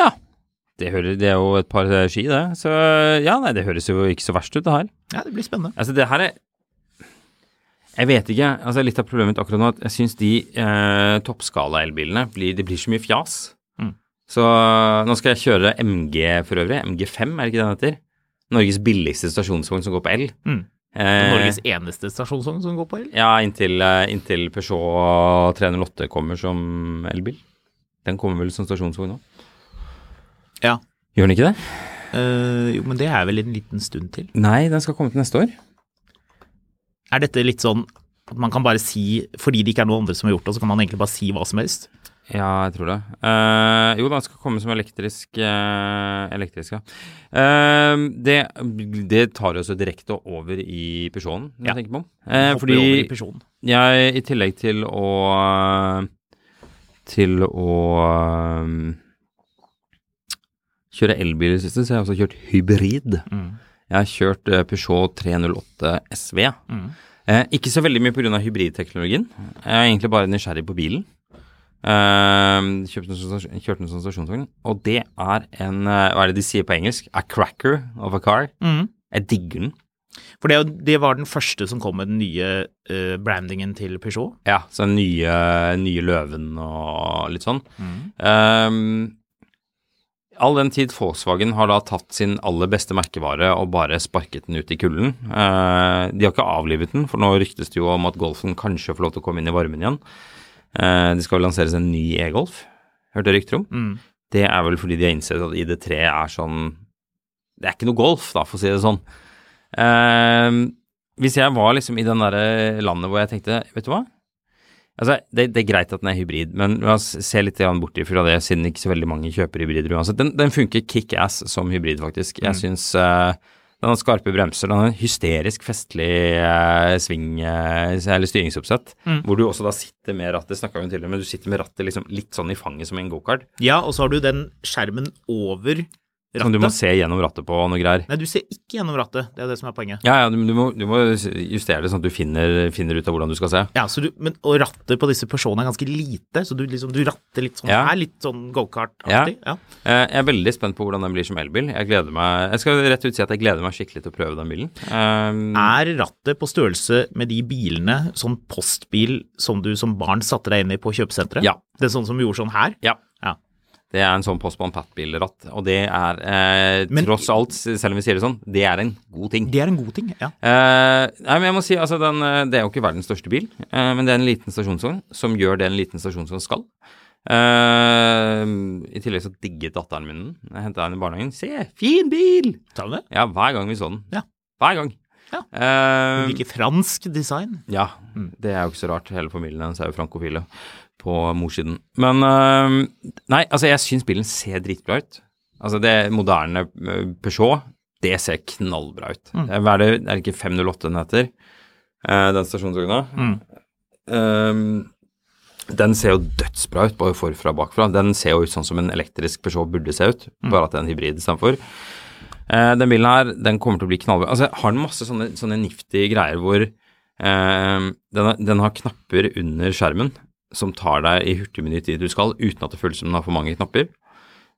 [SPEAKER 4] ja. Det, hører, det er jo et par eh, ski, det. Så ja, nei, det høres jo ikke så verst ut, det her.
[SPEAKER 3] Ja, det blir spennende.
[SPEAKER 4] Altså, det her er Jeg vet ikke. altså Litt av problemet mitt akkurat nå er at jeg syns de eh, toppskala-elbilene blir, det blir så mye fjas.
[SPEAKER 3] Mm.
[SPEAKER 4] Så eh, nå skal jeg kjøre MG for øvrig. MG5, er det ikke den heter? Norges billigste stasjonsvogn som går på el.
[SPEAKER 3] Mm.
[SPEAKER 4] Eh,
[SPEAKER 3] Norges eneste stasjonsvogn som går på el.
[SPEAKER 4] Ja, inntil, eh, inntil Peugeot 308 kommer som elbil. Den kommer vel som stasjonsvogn nå?
[SPEAKER 3] Ja.
[SPEAKER 4] Gjør den ikke det?
[SPEAKER 3] Eh, jo, men det er vel en liten stund til.
[SPEAKER 4] Nei, den skal komme til neste år.
[SPEAKER 3] Er dette litt sånn at man kan bare si, fordi det ikke er noen andre som har gjort det, så kan man egentlig bare si hva som helst?
[SPEAKER 4] Ja, jeg tror det. Eh, jo, den skal komme som elektrisk. eh, elektrisk ja. Eh, det, det tar oss jo direkte over i Peugeoten, når
[SPEAKER 3] Ja.
[SPEAKER 4] jeg tenker på. Uh,
[SPEAKER 3] Hopper
[SPEAKER 4] fordi
[SPEAKER 3] over i Peugeoten.
[SPEAKER 4] jeg, i tillegg til å Til å eh, kjøre elbil i det siste, så har jeg også kjørt hybrid. Jeg har kjørt eh, Peugeot 308 SV. Eh, ikke så veldig mye pga. hybridteknologien. Jeg er egentlig bare nysgjerrig på bilen. Eh, kjøpte en sånn stasjon- kjørte en sånn stasjonsvogn, og det er en eh, Hva er det de sier på engelsk? A cracker of a car. Jeg digger den.
[SPEAKER 3] For det, er jo- det var den første som kom med den nye eh, brandingen til Peugeot.
[SPEAKER 4] Ja, så den nye, nye løven og litt sånn. Ehm, all den tid Volkswagen har da tatt sin aller beste merkevare og bare sparket den ut i kulden. Eh, de har ikke avlivet den, for nå ryktes det jo om at Golfen kanskje får lov til å komme inn i varmen igjen. Eh, det skal vel lanseres en ny e-Golf, hørte jeg rykter om. Det er vel fordi de har innsett at ID3 er sånn Det er ikke noe golf, da, for å si det sånn. Ehm, hvis jeg var liksom i den derre landet hvor jeg tenkte, vet du hva? Altså, det, det er greit at den er hybrid, men la oss se litt grann bort fra det, siden ikke så veldig mange kjøper hybrider uansett. Den, den funker kickass som hybrid, faktisk. Jeg syns eh, den har skarpe bremser, den har en hysterisk festlig eh, sving, eh, eller styringsoppsett, hvor du også da sitter med rattet, snakka vi om tidligere, men du sitter med rattet liksom litt sånn i fanget som i en gokart,
[SPEAKER 3] Ja, og så har du den skjermen over rattet.
[SPEAKER 4] som du må se gjennom rattet på og noe greier.
[SPEAKER 3] Nei, du ser ikke gjennom rattet. Det er det som er poenget.
[SPEAKER 4] Ja, ja, du, du, må, du må justere det sånn at du finner, finner ut av hvordan du skal se.
[SPEAKER 3] Ja, så du, men, Og rattet på disse Peugeotene er ganske lite, så du, liksom, du ratter litt sånn
[SPEAKER 4] Ja.
[SPEAKER 3] her, litt sånn gokart-aktig. Ja.
[SPEAKER 4] Eh, Jeg er veldig spent på hvordan den blir som elbil. Jeg gleder meg, jeg skal rett ut si at jeg gleder meg skikkelig til å prøve den bilen. Eh,
[SPEAKER 3] Er rattet på størrelse med de bilene, sånn postbil som du som barn satte deg inn i på kjøpesenteret?
[SPEAKER 4] Ja.
[SPEAKER 3] Det er sånn som vi gjorde sånn her?
[SPEAKER 4] Ja.
[SPEAKER 3] Ja.
[SPEAKER 4] Det er en sånn Postman Pat-bilratt, og det er eh,
[SPEAKER 3] Men-
[SPEAKER 4] tross alt, selv om vi sier det sånn, det er en god ting.
[SPEAKER 3] Det er en god ting, ja.
[SPEAKER 4] Eh, nei, men jeg må si, altså den, eh, Det er jo ikke verdens største bil, eh, men det er en liten stasjonsvogn som gjør det en liten stasjonsvogn skal. Eh, I tillegg så digget datteren min den. Jeg henta henne i barnehagen. Se, fin bil!
[SPEAKER 3] Sa du det?
[SPEAKER 4] Ja, hver gang vi så den.
[SPEAKER 3] Ja.
[SPEAKER 4] Hver gang.
[SPEAKER 3] Ja.
[SPEAKER 4] Eh,
[SPEAKER 3] Du liker fransk design?
[SPEAKER 4] ja, det er jo ikke så rart. Hele familien hennes er jo frankofile på morssiden. Men øhm, Nei, altså, jeg syns bilen ser dritbra ut. Altså, det moderne øh, Peugeot, det ser knallbra ut. Eh, Hva er det, er det ikke 508 den heter? Eh, den stasjonsvogna? Øhm, den ser jo dødsbra ut, både forfra og bakfra. Den ser jo ut sånn som en elektrisk Peugeot burde se ut, bare at det er en hybrid istedenfor. Eh, den bilen her, den kommer til å bli knallbra. Altså, har den masse sånne, sånne nifty greier hvor eh, den, har- den har knapper under skjermen som tar deg i hurtigmeny dit du skal, uten at det føles som den har for mange knapper.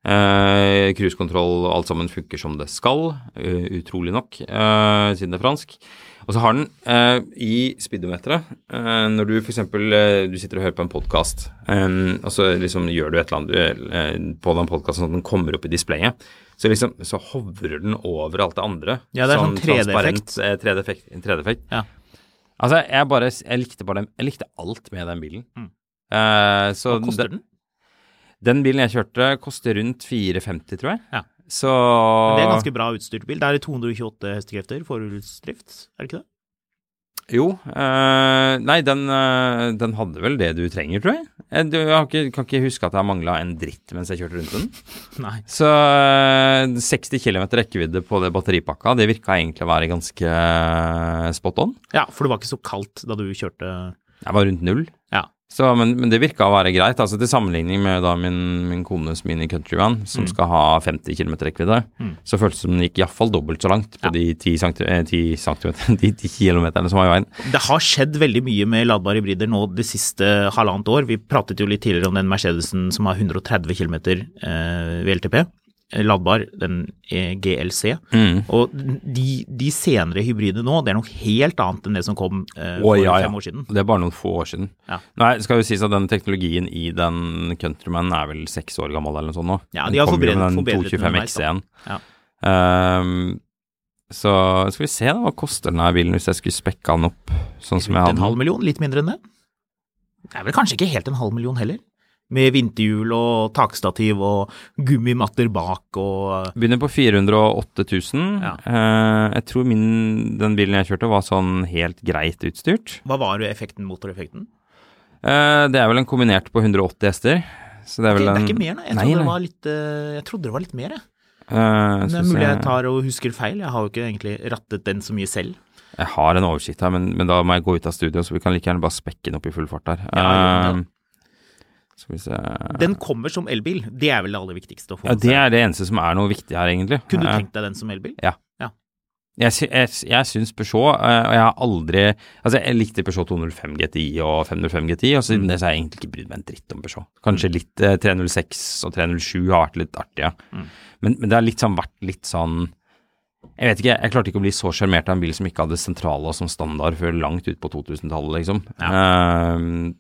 [SPEAKER 4] Eh, Cruisekontroll og alt sammen funker som det skal, eh, utrolig nok, eh, siden det er fransk. Og så har den eh, i speedometeret, eh, når du f.eks. Eh, du sitter og hører på en podkast, eh, og så liksom gjør du et eller annet eh, på den podkasten sånn at den kommer opp i displayet, så liksom så hovrer den over alt det andre.
[SPEAKER 3] Ja, det er sånn 3D-effekt.
[SPEAKER 4] transparent, Eh, 3D-effekt. 3D-effekt.
[SPEAKER 3] Ja.
[SPEAKER 4] Altså, jeg bare Jeg likte bare den Jeg likte alt med den bilen. Eh, så
[SPEAKER 3] Mm. Hva koster den?
[SPEAKER 4] den bilen jeg kjørte, koster rundt 450, tror jeg.
[SPEAKER 3] Ja.
[SPEAKER 4] Så
[SPEAKER 3] Men Det er ganske bra utstyrt bil. Det er 228 hestekrefter, forhjulsdrift, er det ikke det?
[SPEAKER 4] Jo. eh, nei, den, eh, den hadde vel det du trenger, tror jeg. Jeg, du, jeg har ikke, kan ikke huske at jeg mangla en dritt mens jeg kjørte rundt den.
[SPEAKER 3] Nei.
[SPEAKER 4] Så eh, 60 km rekkevidde på det batteripakka, det virka egentlig å være ganske eh, spot on.
[SPEAKER 3] Ja, for det var ikke så kaldt da du kjørte
[SPEAKER 4] Jeg var rundt null.
[SPEAKER 3] Ja.
[SPEAKER 4] Så, men, men det virka å være greit. altså Til sammenligning med da min, min kones Mini Countryvan,
[SPEAKER 3] Mm.
[SPEAKER 4] som skal ha 50 km rekkevidde, så føltes det som den gikk iallfall dobbelt så langt på de 10 centi- eh, 10 centimeter- (laughs) de 10 kilometerne som var i veien.
[SPEAKER 3] Det har skjedd veldig mye med ladbare hybrider nå det siste halvannet år. Vi pratet jo litt tidligere om den Mercedesen som har 130 km eh, VLTP. eh, Ladbar, den eh, GLC.
[SPEAKER 4] Mm.
[SPEAKER 3] Og de, de senere hybridene nå, det er noe helt annet enn det som kom eh, for
[SPEAKER 4] Å, ja, ja.
[SPEAKER 3] fem år siden.
[SPEAKER 4] Det er bare noen få år siden.
[SPEAKER 3] Ja.
[SPEAKER 4] Nei, det skal jo sies at den teknologien i den Countryman er vel seks år gammel eller noe sånt nå.
[SPEAKER 3] Ja,
[SPEAKER 4] Den
[SPEAKER 3] de har
[SPEAKER 4] kom jo med
[SPEAKER 3] forbedret-
[SPEAKER 4] den
[SPEAKER 3] forbedret den
[SPEAKER 4] 225
[SPEAKER 3] underveis, da.
[SPEAKER 4] XC-en.
[SPEAKER 3] Ja.
[SPEAKER 4] Ehm, så skal vi se da, hva koster denne bilen hvis jeg skulle spekka den opp sånn som jeg
[SPEAKER 3] Rundt
[SPEAKER 4] hadde
[SPEAKER 3] en halv
[SPEAKER 4] den.
[SPEAKER 3] million, litt mindre enn det. Det er vel kanskje ikke helt en halv million heller. Med vinterhjul og takstativ og gummimatter bak og eh,
[SPEAKER 4] Begynner på 408 000.
[SPEAKER 3] Ja.
[SPEAKER 4] Eh, jeg tror min, den bilen jeg kjørte var sånn helt greit utstyrt.
[SPEAKER 3] Hva var effekten, motoreffekten?
[SPEAKER 4] Eh, det er vel en kombinert på 180 hester. Så det
[SPEAKER 3] Ok,
[SPEAKER 4] er vel
[SPEAKER 3] det er
[SPEAKER 4] en-
[SPEAKER 3] ikke mer, nei. Jeg
[SPEAKER 4] Nei,
[SPEAKER 3] trodde,
[SPEAKER 4] nei.
[SPEAKER 3] Det, var litt, eh, jeg trodde det var litt mer, jeg.
[SPEAKER 4] Eh,
[SPEAKER 3] Men det
[SPEAKER 4] skal
[SPEAKER 3] er
[SPEAKER 4] vi se.
[SPEAKER 3] mulig jeg tar og husker feil. Jeg har jo ikke egentlig rattet den så mye selv.
[SPEAKER 4] Jeg har en oversikt her, men, men da må jeg gå ut av studio, så vi kan like gjerne bare spekke den opp i full fart der.
[SPEAKER 3] Ja, gjør det.
[SPEAKER 4] Eh, skal vi se
[SPEAKER 3] Den kommer som elbil. Det er vel det aller viktigste å få
[SPEAKER 4] Ja,
[SPEAKER 3] med
[SPEAKER 4] det
[SPEAKER 3] seg.
[SPEAKER 4] er det eneste som er noe viktig her, egentlig.
[SPEAKER 3] Kunne du
[SPEAKER 4] Eh,
[SPEAKER 3] tenkt deg den som elbil?
[SPEAKER 4] Jeg, sy- jeg, s- jeg syns Peugeot, eh, og jeg har aldri Altså, jeg likte Peugeot 205 GTI og 505 GTI, og siden det så har jeg egentlig ikke brydd meg en dritt om Peugeot. Kanskje litt eh, 306 og 307 har vært litt artige, men, men det har litt sånn vært litt sånn jeg vet ikke, jeg klarte ikke å bli så sjarmert av en bil som ikke hadde sentraler som standard før langt ut på 2000-tallet, liksom. Ehm,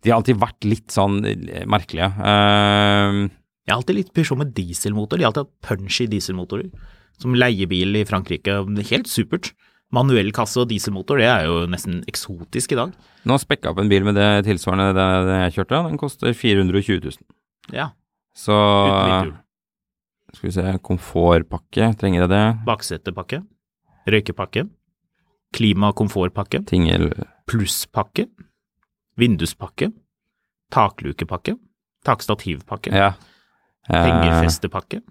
[SPEAKER 4] de har alltid vært litt sånn eh, merkelige. Ehm,
[SPEAKER 3] Jeg har alltid litt Peugeot med dieselmotor. De har alltid hatt punchy dieselmotorer. Som leiebil i Frankrike. Helt supert. Manuell kasse og dieselmotor, det er jo nesten eksotisk i dag.
[SPEAKER 4] nå spekka jeg opp en bil med det tilsvarende det, det jeg kjørte, den koster 420 000.
[SPEAKER 3] Ja,
[SPEAKER 4] Så
[SPEAKER 3] uten
[SPEAKER 4] eh,
[SPEAKER 3] vinterhjul.
[SPEAKER 4] Skal vi se, komfortpakke, trenger jeg det?
[SPEAKER 3] Baksetepakke, røykepakke, klima- og komfortpakke,
[SPEAKER 4] Tingel
[SPEAKER 3] plusspakke, vinduspakke, taklukepakke, takstativpakke,
[SPEAKER 4] Ja. Eh,
[SPEAKER 3] hengerfestepakke,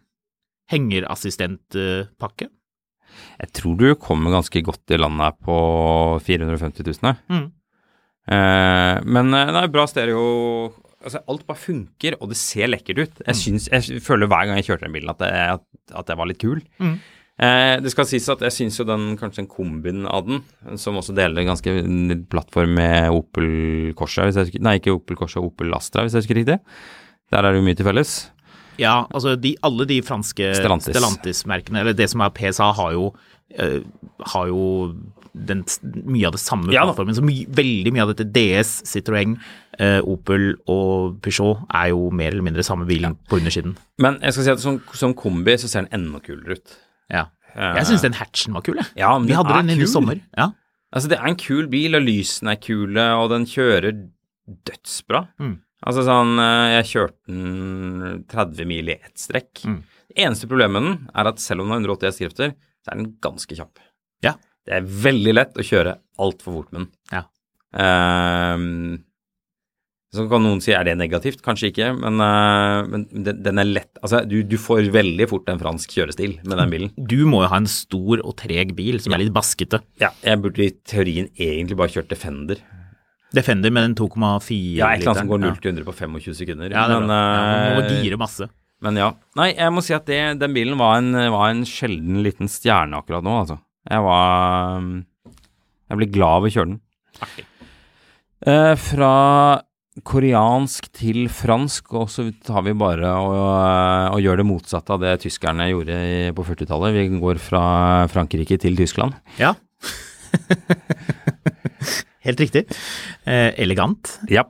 [SPEAKER 3] hengerassistentpakke.
[SPEAKER 4] jeg tror du kommer ganske godt i land her på 450 000. jeg.
[SPEAKER 3] Mm.
[SPEAKER 4] Eh, men eh, nei, bra stereo Altså, alt bare funker, og det ser lekkert ut.
[SPEAKER 3] Mm.
[SPEAKER 4] Jeg, syns, jeg føler hver gang jeg kjørte den bilen at jeg, at, at jeg var litt kul.
[SPEAKER 3] Mm.
[SPEAKER 4] Eh, det skal sies at jeg syns jo den, kanskje en kombin av den, som også deler ganske en plattform med Opel Corsa, hvis jeg husker Nei, ikke Opel Corsa, Opel Astra, hvis jeg husker riktig. Der er det jo mye til felles.
[SPEAKER 3] Ja, altså de, alle de franske
[SPEAKER 4] Stellantis.
[SPEAKER 3] Stellantis-merkene, eller det som er PSA, har jo, eh, har jo den, mye av det samme
[SPEAKER 4] Ja da.
[SPEAKER 3] plattformen. Så my, veldig mye av dette DS, Citroën, eh, Opel og Peugeot er jo mer eller mindre samme bilen på undersiden.
[SPEAKER 4] Men jeg skal si at som, som kombi så ser den enda kulere ut.
[SPEAKER 3] Ja.
[SPEAKER 4] Eh,
[SPEAKER 3] Jeg syns den hatchen var kul, jeg.
[SPEAKER 4] Ja, men
[SPEAKER 3] Vi
[SPEAKER 4] den
[SPEAKER 3] hadde
[SPEAKER 4] er
[SPEAKER 3] den inne
[SPEAKER 4] kul.
[SPEAKER 3] i sommer. Ja.
[SPEAKER 4] Altså, det er en kul bil, og lysene er kule, og den kjører dødsbra.
[SPEAKER 3] Mm.
[SPEAKER 4] Altså sånn eh, Jeg kjørte den 30 mil i ett strekk.
[SPEAKER 3] Mm.
[SPEAKER 4] Det eneste problemet med den er at selv om den har 180 hestekrefter, så er den ganske kjapp.
[SPEAKER 3] Ja.
[SPEAKER 4] Det er veldig lett å kjøre altfor fort med den.
[SPEAKER 3] Ja.
[SPEAKER 4] Ehm, så kan noen si er det negativt, kanskje ikke, men, eh, men den, den er lett Altså du, du får veldig fort en fransk kjørestil med
[SPEAKER 3] Mm.
[SPEAKER 4] den bilen.
[SPEAKER 3] Du må jo ha en stor og treg bil som er litt baskete.
[SPEAKER 4] Ja, jeg burde i teorien egentlig bare kjørt Defender.
[SPEAKER 3] Defender med den 2,4
[SPEAKER 4] Ja, et eller annet som går
[SPEAKER 3] literen.
[SPEAKER 4] 0 til 100 på 25 sekunder.
[SPEAKER 3] Ja, det er
[SPEAKER 4] men,
[SPEAKER 3] bra. Ja, man må
[SPEAKER 4] eh,
[SPEAKER 3] gire masse.
[SPEAKER 4] Men ja. Nei, jeg må si at det, den bilen var en, var en sjelden liten stjerne akkurat nå, altså. Jeg var um, Jeg ble glad av å kjøre den. Eh, fra koreansk til fransk, og så tar vi bare og, og gjør det motsatte av det tyskerne gjorde i, på 40-tallet. Vi går fra Frankrike til Tyskland. (laughs)
[SPEAKER 3] Ja. Helt riktig. Eh, elegant.
[SPEAKER 4] Ja.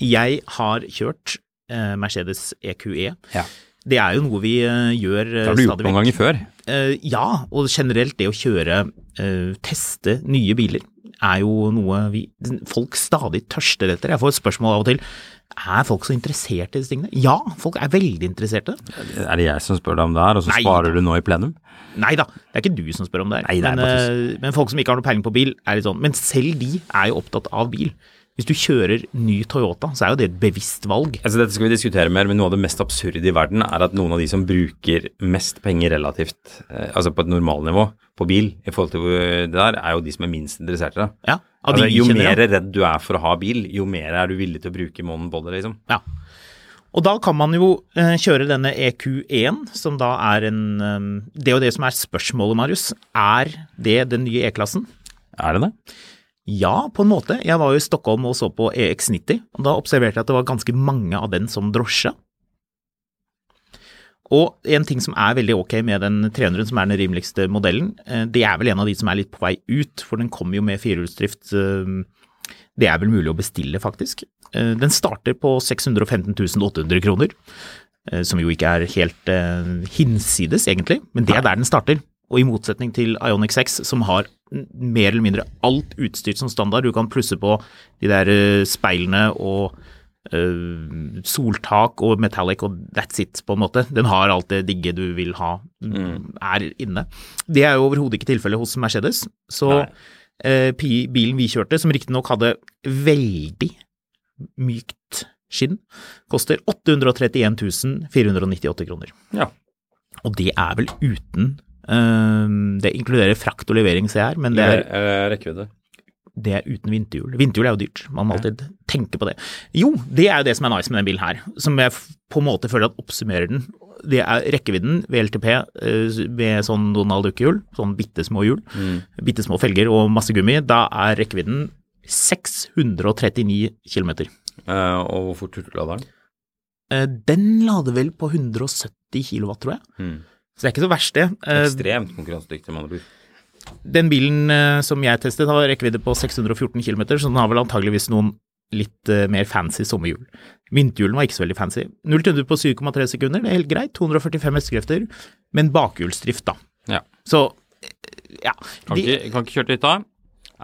[SPEAKER 3] Jeg har kjørt eh, Mercedes EQE.
[SPEAKER 4] Ja.
[SPEAKER 3] Det er jo noe vi eh, gjør eh,
[SPEAKER 4] Det har du gjort
[SPEAKER 3] stadig
[SPEAKER 4] noen
[SPEAKER 3] vekk.
[SPEAKER 4] ganger før.
[SPEAKER 3] Eh, ja, og generelt det å kjøre, eh, teste nye biler, er jo noe vi, folk stadig tørster etter. Jeg får spørsmål av og til. Er folk så interessert i disse tingene? Ja, folk er veldig interesserte.
[SPEAKER 4] Er det jeg som spør deg om det her, og så
[SPEAKER 3] Nei.
[SPEAKER 4] svarer du nå i plenum?
[SPEAKER 3] Nei da, det er ikke du som spør om det her.
[SPEAKER 4] Nei, det er
[SPEAKER 3] men,
[SPEAKER 4] bare
[SPEAKER 3] eh, men folk som ikke har noe peiling på bil, er litt sånn. Men selv de er jo opptatt av bil. Hvis du kjører ny Toyota, så er jo det et bevisst valg.
[SPEAKER 4] Altså, dette skal vi diskutere mer, men noe av det mest absurde i verden er at noen av de som bruker mest penger relativt, eh, altså på et normalnivå, på bil i forhold til eh, det der, er jo de som er minst interesserte.
[SPEAKER 3] Ja, av de
[SPEAKER 4] Altså,
[SPEAKER 3] vi
[SPEAKER 4] jo
[SPEAKER 3] kjenner, ja.
[SPEAKER 4] mer redd du er for å ha bil, jo mer er du villig til å bruke måneden på det, liksom.
[SPEAKER 3] Ja. Og da kan man jo eh, kjøre denne EQ1, som da er en eh, Det er jo det som er spørsmålet, Marius. Er det den nye E-klassen?
[SPEAKER 4] Er det det?
[SPEAKER 3] Ja, på en måte. Jeg var jo i Stockholm og så på EX90, og da observerte jeg at det var ganske mange av den som drosje. Og en ting som er veldig ok med den 300, som er den rimeligste modellen, eh, det er vel en av de som er litt på vei ut, for den kommer jo med firehjulsdrift. eh, Det er vel mulig å bestille, faktisk. Eh, Den starter på 615 800 kroner, eh, som jo ikke er helt eh, hinsides, egentlig, men det er der den starter. Og i motsetning til Ionic 6, som har n- mer eller mindre alt utstyrt som standard, du kan plusse på de der eh, speilene og eh, soltak og metallic og that's it, på en måte. Den har alt det digge du vil ha, er inne. Det er jo overhodet ikke tilfellet hos Mercedes. Så eh, pi- bilen vi kjørte, som riktignok hadde veldig mykt skinn, koster 831 498 kroner.
[SPEAKER 4] Ja.
[SPEAKER 3] Og det er vel uten eh, Det inkluderer frakt og levering, ser jeg her, men det er
[SPEAKER 4] eh, rekkevidde.
[SPEAKER 3] det er uten vinterhjul. Vinterhjul er jo dyrt, man må alltid tenke på det. Jo, det er jo det som er nice med den bilen her, som jeg f- på en måte føler at oppsummerer den. Det er rekkevidden ved LTP eh, med sånn Donald Duck-hjul, sånn bitte små hjul, bitte små felger og masse gummi. Da er rekkevidden 639 km.
[SPEAKER 4] Eh, og hvor fort hurtiglader den?
[SPEAKER 3] Eh, Den lader vel på 170 kW, tror jeg. Mm. Så det er ikke så verst, det. Eh,
[SPEAKER 4] Ekstremt konkurransedyktig mannebur.
[SPEAKER 3] Den bilen eh, som jeg testet har rekkevidde på 614 km, så den har vel antageligvis noen litt eh, mer fancy sommerhjul. Vinterhjulen var ikke så veldig fancy. 0 til 100 på 7,3 sekunder, det er helt greit. 245 hestekrefter, men bakhjulsdrift, da.
[SPEAKER 4] Ja.
[SPEAKER 3] Så eh, ja.
[SPEAKER 4] Kan,
[SPEAKER 3] De
[SPEAKER 4] ikke, kan ikke kjøre til hytta.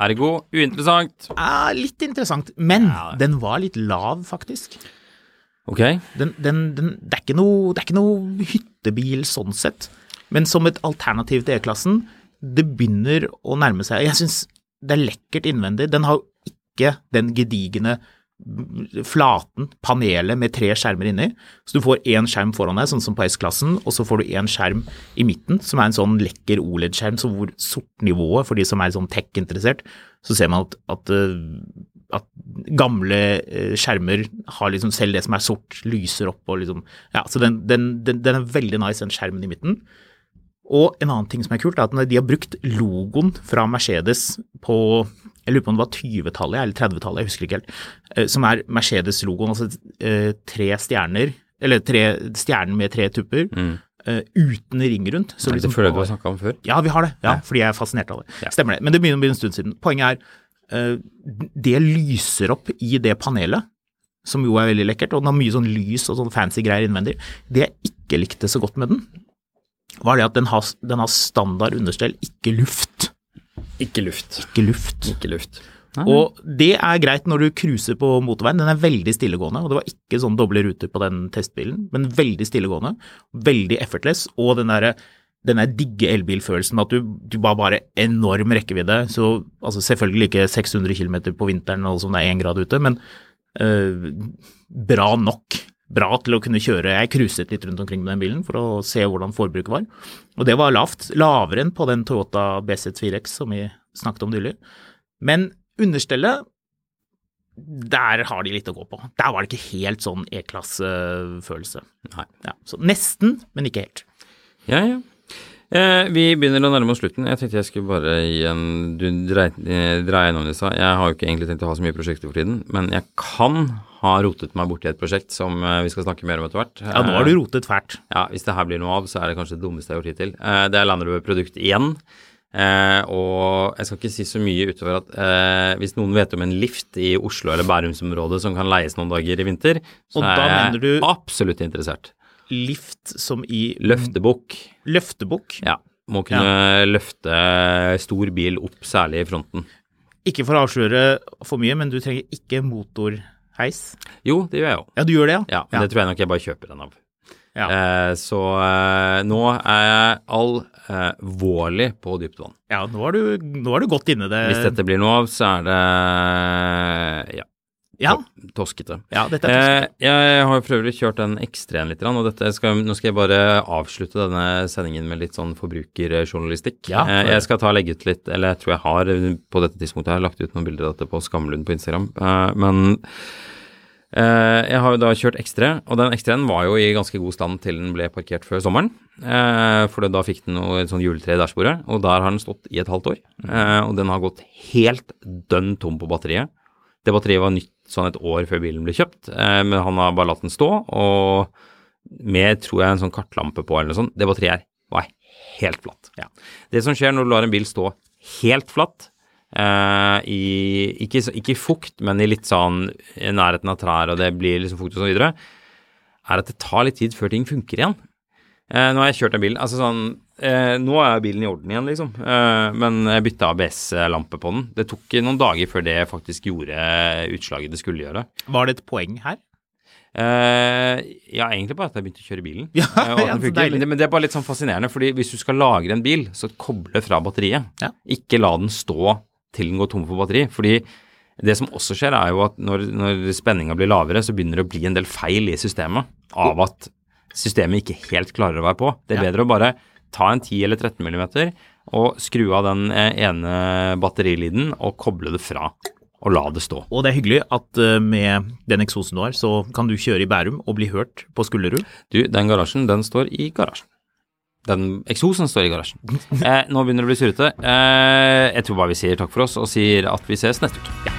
[SPEAKER 4] Ergo uinteressant.
[SPEAKER 3] er litt interessant, men den var litt lav, faktisk.
[SPEAKER 4] Ok.
[SPEAKER 3] Den, den, den, det, er ikke noe, det er ikke noe hyttebil sånn sett, men som et alternativ til E-klassen, det begynner å nærme seg. Jeg syns det er lekkert innvendig. Den har jo ikke den gedigne flaten, panelet med tre skjermer inni. Så du får én skjerm foran deg, sånn som på S-klassen, og så får du én skjerm i midten, som er en sånn lekker OLED-skjerm, så hvor sortnivået, for de som er sånn tech-interessert, så ser man at, at, eh, at gamle eh, skjermer har liksom selv det som er sort, lyser opp og liksom Ja, så den, den, den, den er veldig nice, den skjermen i midten. Og en annen ting som er kult, er at når de har brukt logoen fra Mercedes på jeg lurer på om det var 20-tallet eller 30-tallet, jeg husker ikke helt, eh, som er Mercedes-logoen, altså eh, tre stjerner, eller tre stjerner med tre tupper, eh, uten ring rundt. Så
[SPEAKER 4] Mm. Det
[SPEAKER 3] liksom-
[SPEAKER 4] føler jeg du har snakka om før.
[SPEAKER 3] ja, vi har det. Ja, Fordi jeg er fascinert av det. Stemmer det. Men det begynner å bli en stund siden. Poenget er, eh, det lyser opp i det panelet, som jo er veldig lekkert, og den har mye sånn lys og sånn fancy greier innvendig. Det jeg ikke likte så godt med den, var det at den har, den har standard understell, ikke luft.
[SPEAKER 4] Ikke luft.
[SPEAKER 3] Ikke luft.
[SPEAKER 4] Ikke luft.
[SPEAKER 3] Og det er greit når du cruiser på motorveien. Den er veldig stillegående, og det var ikke sånn doble ruter på den testbilen, men veldig stillegående. Veldig effortless, og den derre den der digge elbilfølelsen at du, du bare, bare enorm rekkevidde. Så altså selvfølgelig ikke 600 km på vinteren og som det er én grad ute, men eh, bra nok. Bra til å kunne kjøre. Jeg cruiset litt rundt omkring med den bilen for å se hvordan forbruket var. Og det var lavt. Lavere enn på den Toyota BZ4X som vi snakket om nylig. Men understellet, der har de litt å gå på. Der var det ikke helt sånn E-klassefølelse.
[SPEAKER 4] Nei.
[SPEAKER 3] Ja, så nesten, men ikke helt.
[SPEAKER 4] Ja, ja. Eh, vi begynner å nærme oss slutten. Jeg tenkte jeg skulle bare gi en Du dreie eh, dreie innom disse. Jeg har jo ikke egentlig tenkt å ha så mye prosjekter for tiden, men jeg kan ha rotet meg borti et prosjekt som eh, vi skal snakke mer om etter hvert. Eh,
[SPEAKER 3] Ja, nå har du rotet fælt.
[SPEAKER 4] Ja, hvis det her blir noe av, så er det kanskje det dummeste jeg har gjort hittil. Eh, det er Land Rover Produkt igjen. Eh, og jeg skal ikke si så mye utover at eh, hvis noen vet om en lift i Oslo eller Bærumsområdet som kan leies noen dager i vinter, så
[SPEAKER 3] Og da
[SPEAKER 4] er jeg
[SPEAKER 3] mener du-
[SPEAKER 4] absolutt interessert.
[SPEAKER 3] Lift som i
[SPEAKER 4] Løftebukk.
[SPEAKER 3] løftebukk.
[SPEAKER 4] Ja. Må kunne løfte stor bil opp, særlig i fronten.
[SPEAKER 3] Ikke for å avsløre for mye, men du trenger ikke motorheis.
[SPEAKER 4] Jo, det gjør jeg jo.
[SPEAKER 3] Ja, du gjør det,
[SPEAKER 4] Ja, men det tror jeg nok jeg bare kjøper en av.
[SPEAKER 3] Ja.
[SPEAKER 4] Eh, så eh, nå er jeg alvorlig på dypt vann.
[SPEAKER 3] Ja, nå er du, nå er du godt inne i det.
[SPEAKER 4] Hvis dette blir noe av, så er det eh, ja,
[SPEAKER 3] Ja,
[SPEAKER 4] toskete.
[SPEAKER 3] ja dette er
[SPEAKER 4] Eh, jeg har jo for øvrig kjørt den ekstrem litt, grann, og dette skal, nå skal jeg bare avslutte denne sendingen med litt sånn forbrukerjournalistikk.
[SPEAKER 3] Ja, for-
[SPEAKER 4] eh, jeg skal ta og legge ut litt, eller jeg tror jeg har eh, på dette tidspunktet jeg har lagt ut noen bilder av dette på Skamlund på Instagram, eh, men eh, jeg har jo da kjørt ekstra, og den ekstraen var jo i ganske god stand til den ble parkert før sommeren. Eh, for da fikk den noe et sånn juletre i dashbordet, og der har den stått i et halvt år.
[SPEAKER 3] Mm.
[SPEAKER 4] Eh, og den har gått helt dønn tom på batteriet. Det batteriet var nytt sånn et år før bilen ble kjøpt, eh, men han har bare latt den stå, og med, tror jeg, en sånn kartlampe på eller noe sånt. Det batteriet her var helt flatt.
[SPEAKER 3] Ja.
[SPEAKER 4] Det som skjer når du lar en bil stå helt flatt, eh, i, ikke, så- ikke i fukt, men i litt sånn i nærheten av trær, og det blir liksom fukt og så videre, er at det tar litt tid før ting funker igjen. Eh, nå har jeg kjørt den bilen, altså sånn eh, Nå er bilen i orden igjen, liksom. Eh, men jeg bytta ABS-lampe på den. Det tok noen dager før det faktisk gjorde utslaget det skulle gjøre.
[SPEAKER 3] Var det et poeng her?
[SPEAKER 4] Eh, ja, egentlig bare at jeg begynte å kjøre bilen.
[SPEAKER 3] (laughs) Ja,
[SPEAKER 4] Eh, og at
[SPEAKER 3] ja,
[SPEAKER 4] den
[SPEAKER 3] så
[SPEAKER 4] funker. Men
[SPEAKER 3] deilig.
[SPEAKER 4] det, men det er bare litt sånn fascinerende, fordi hvis du skal lagre en bil, så koble fra batteriet.
[SPEAKER 3] Ja.
[SPEAKER 4] Ikke la den stå til den går tom for batteri. Fordi det som også skjer, er jo at når, når spenninga blir lavere, så begynner det å bli en del feil i systemet av at systemet ikke helt klarer å være på. Det er
[SPEAKER 3] Ja.
[SPEAKER 4] bedre å bare ta en 10 eller 13 millimeter og skru av den eh, ene batteriliden og koble det fra. Og la det stå.
[SPEAKER 3] Og det er hyggelig at eh, med den eksosen du har, så kan du kjøre i Bærum og bli hørt på Skullerud.
[SPEAKER 4] Du, den garasjen, den står i garasjen. Den eksosen står i garasjen. Eh, nå begynner det å bli surrete. Eh, jeg tror bare vi sier takk for oss, og sier at vi ses neste uke.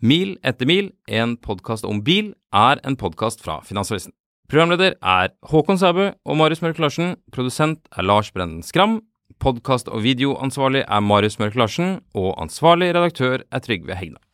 [SPEAKER 4] Mil etter mil, en podkast om bil, er en podkast fra Finansavisen. Programleder er Håkon Sæbø og Marius Mørk Larsen. Produsent er Lars Brenden Skram. Podkast- og videoansvarlig er Marius Mørk Larsen. Og ansvarlig redaktør er Trygve Hegnar.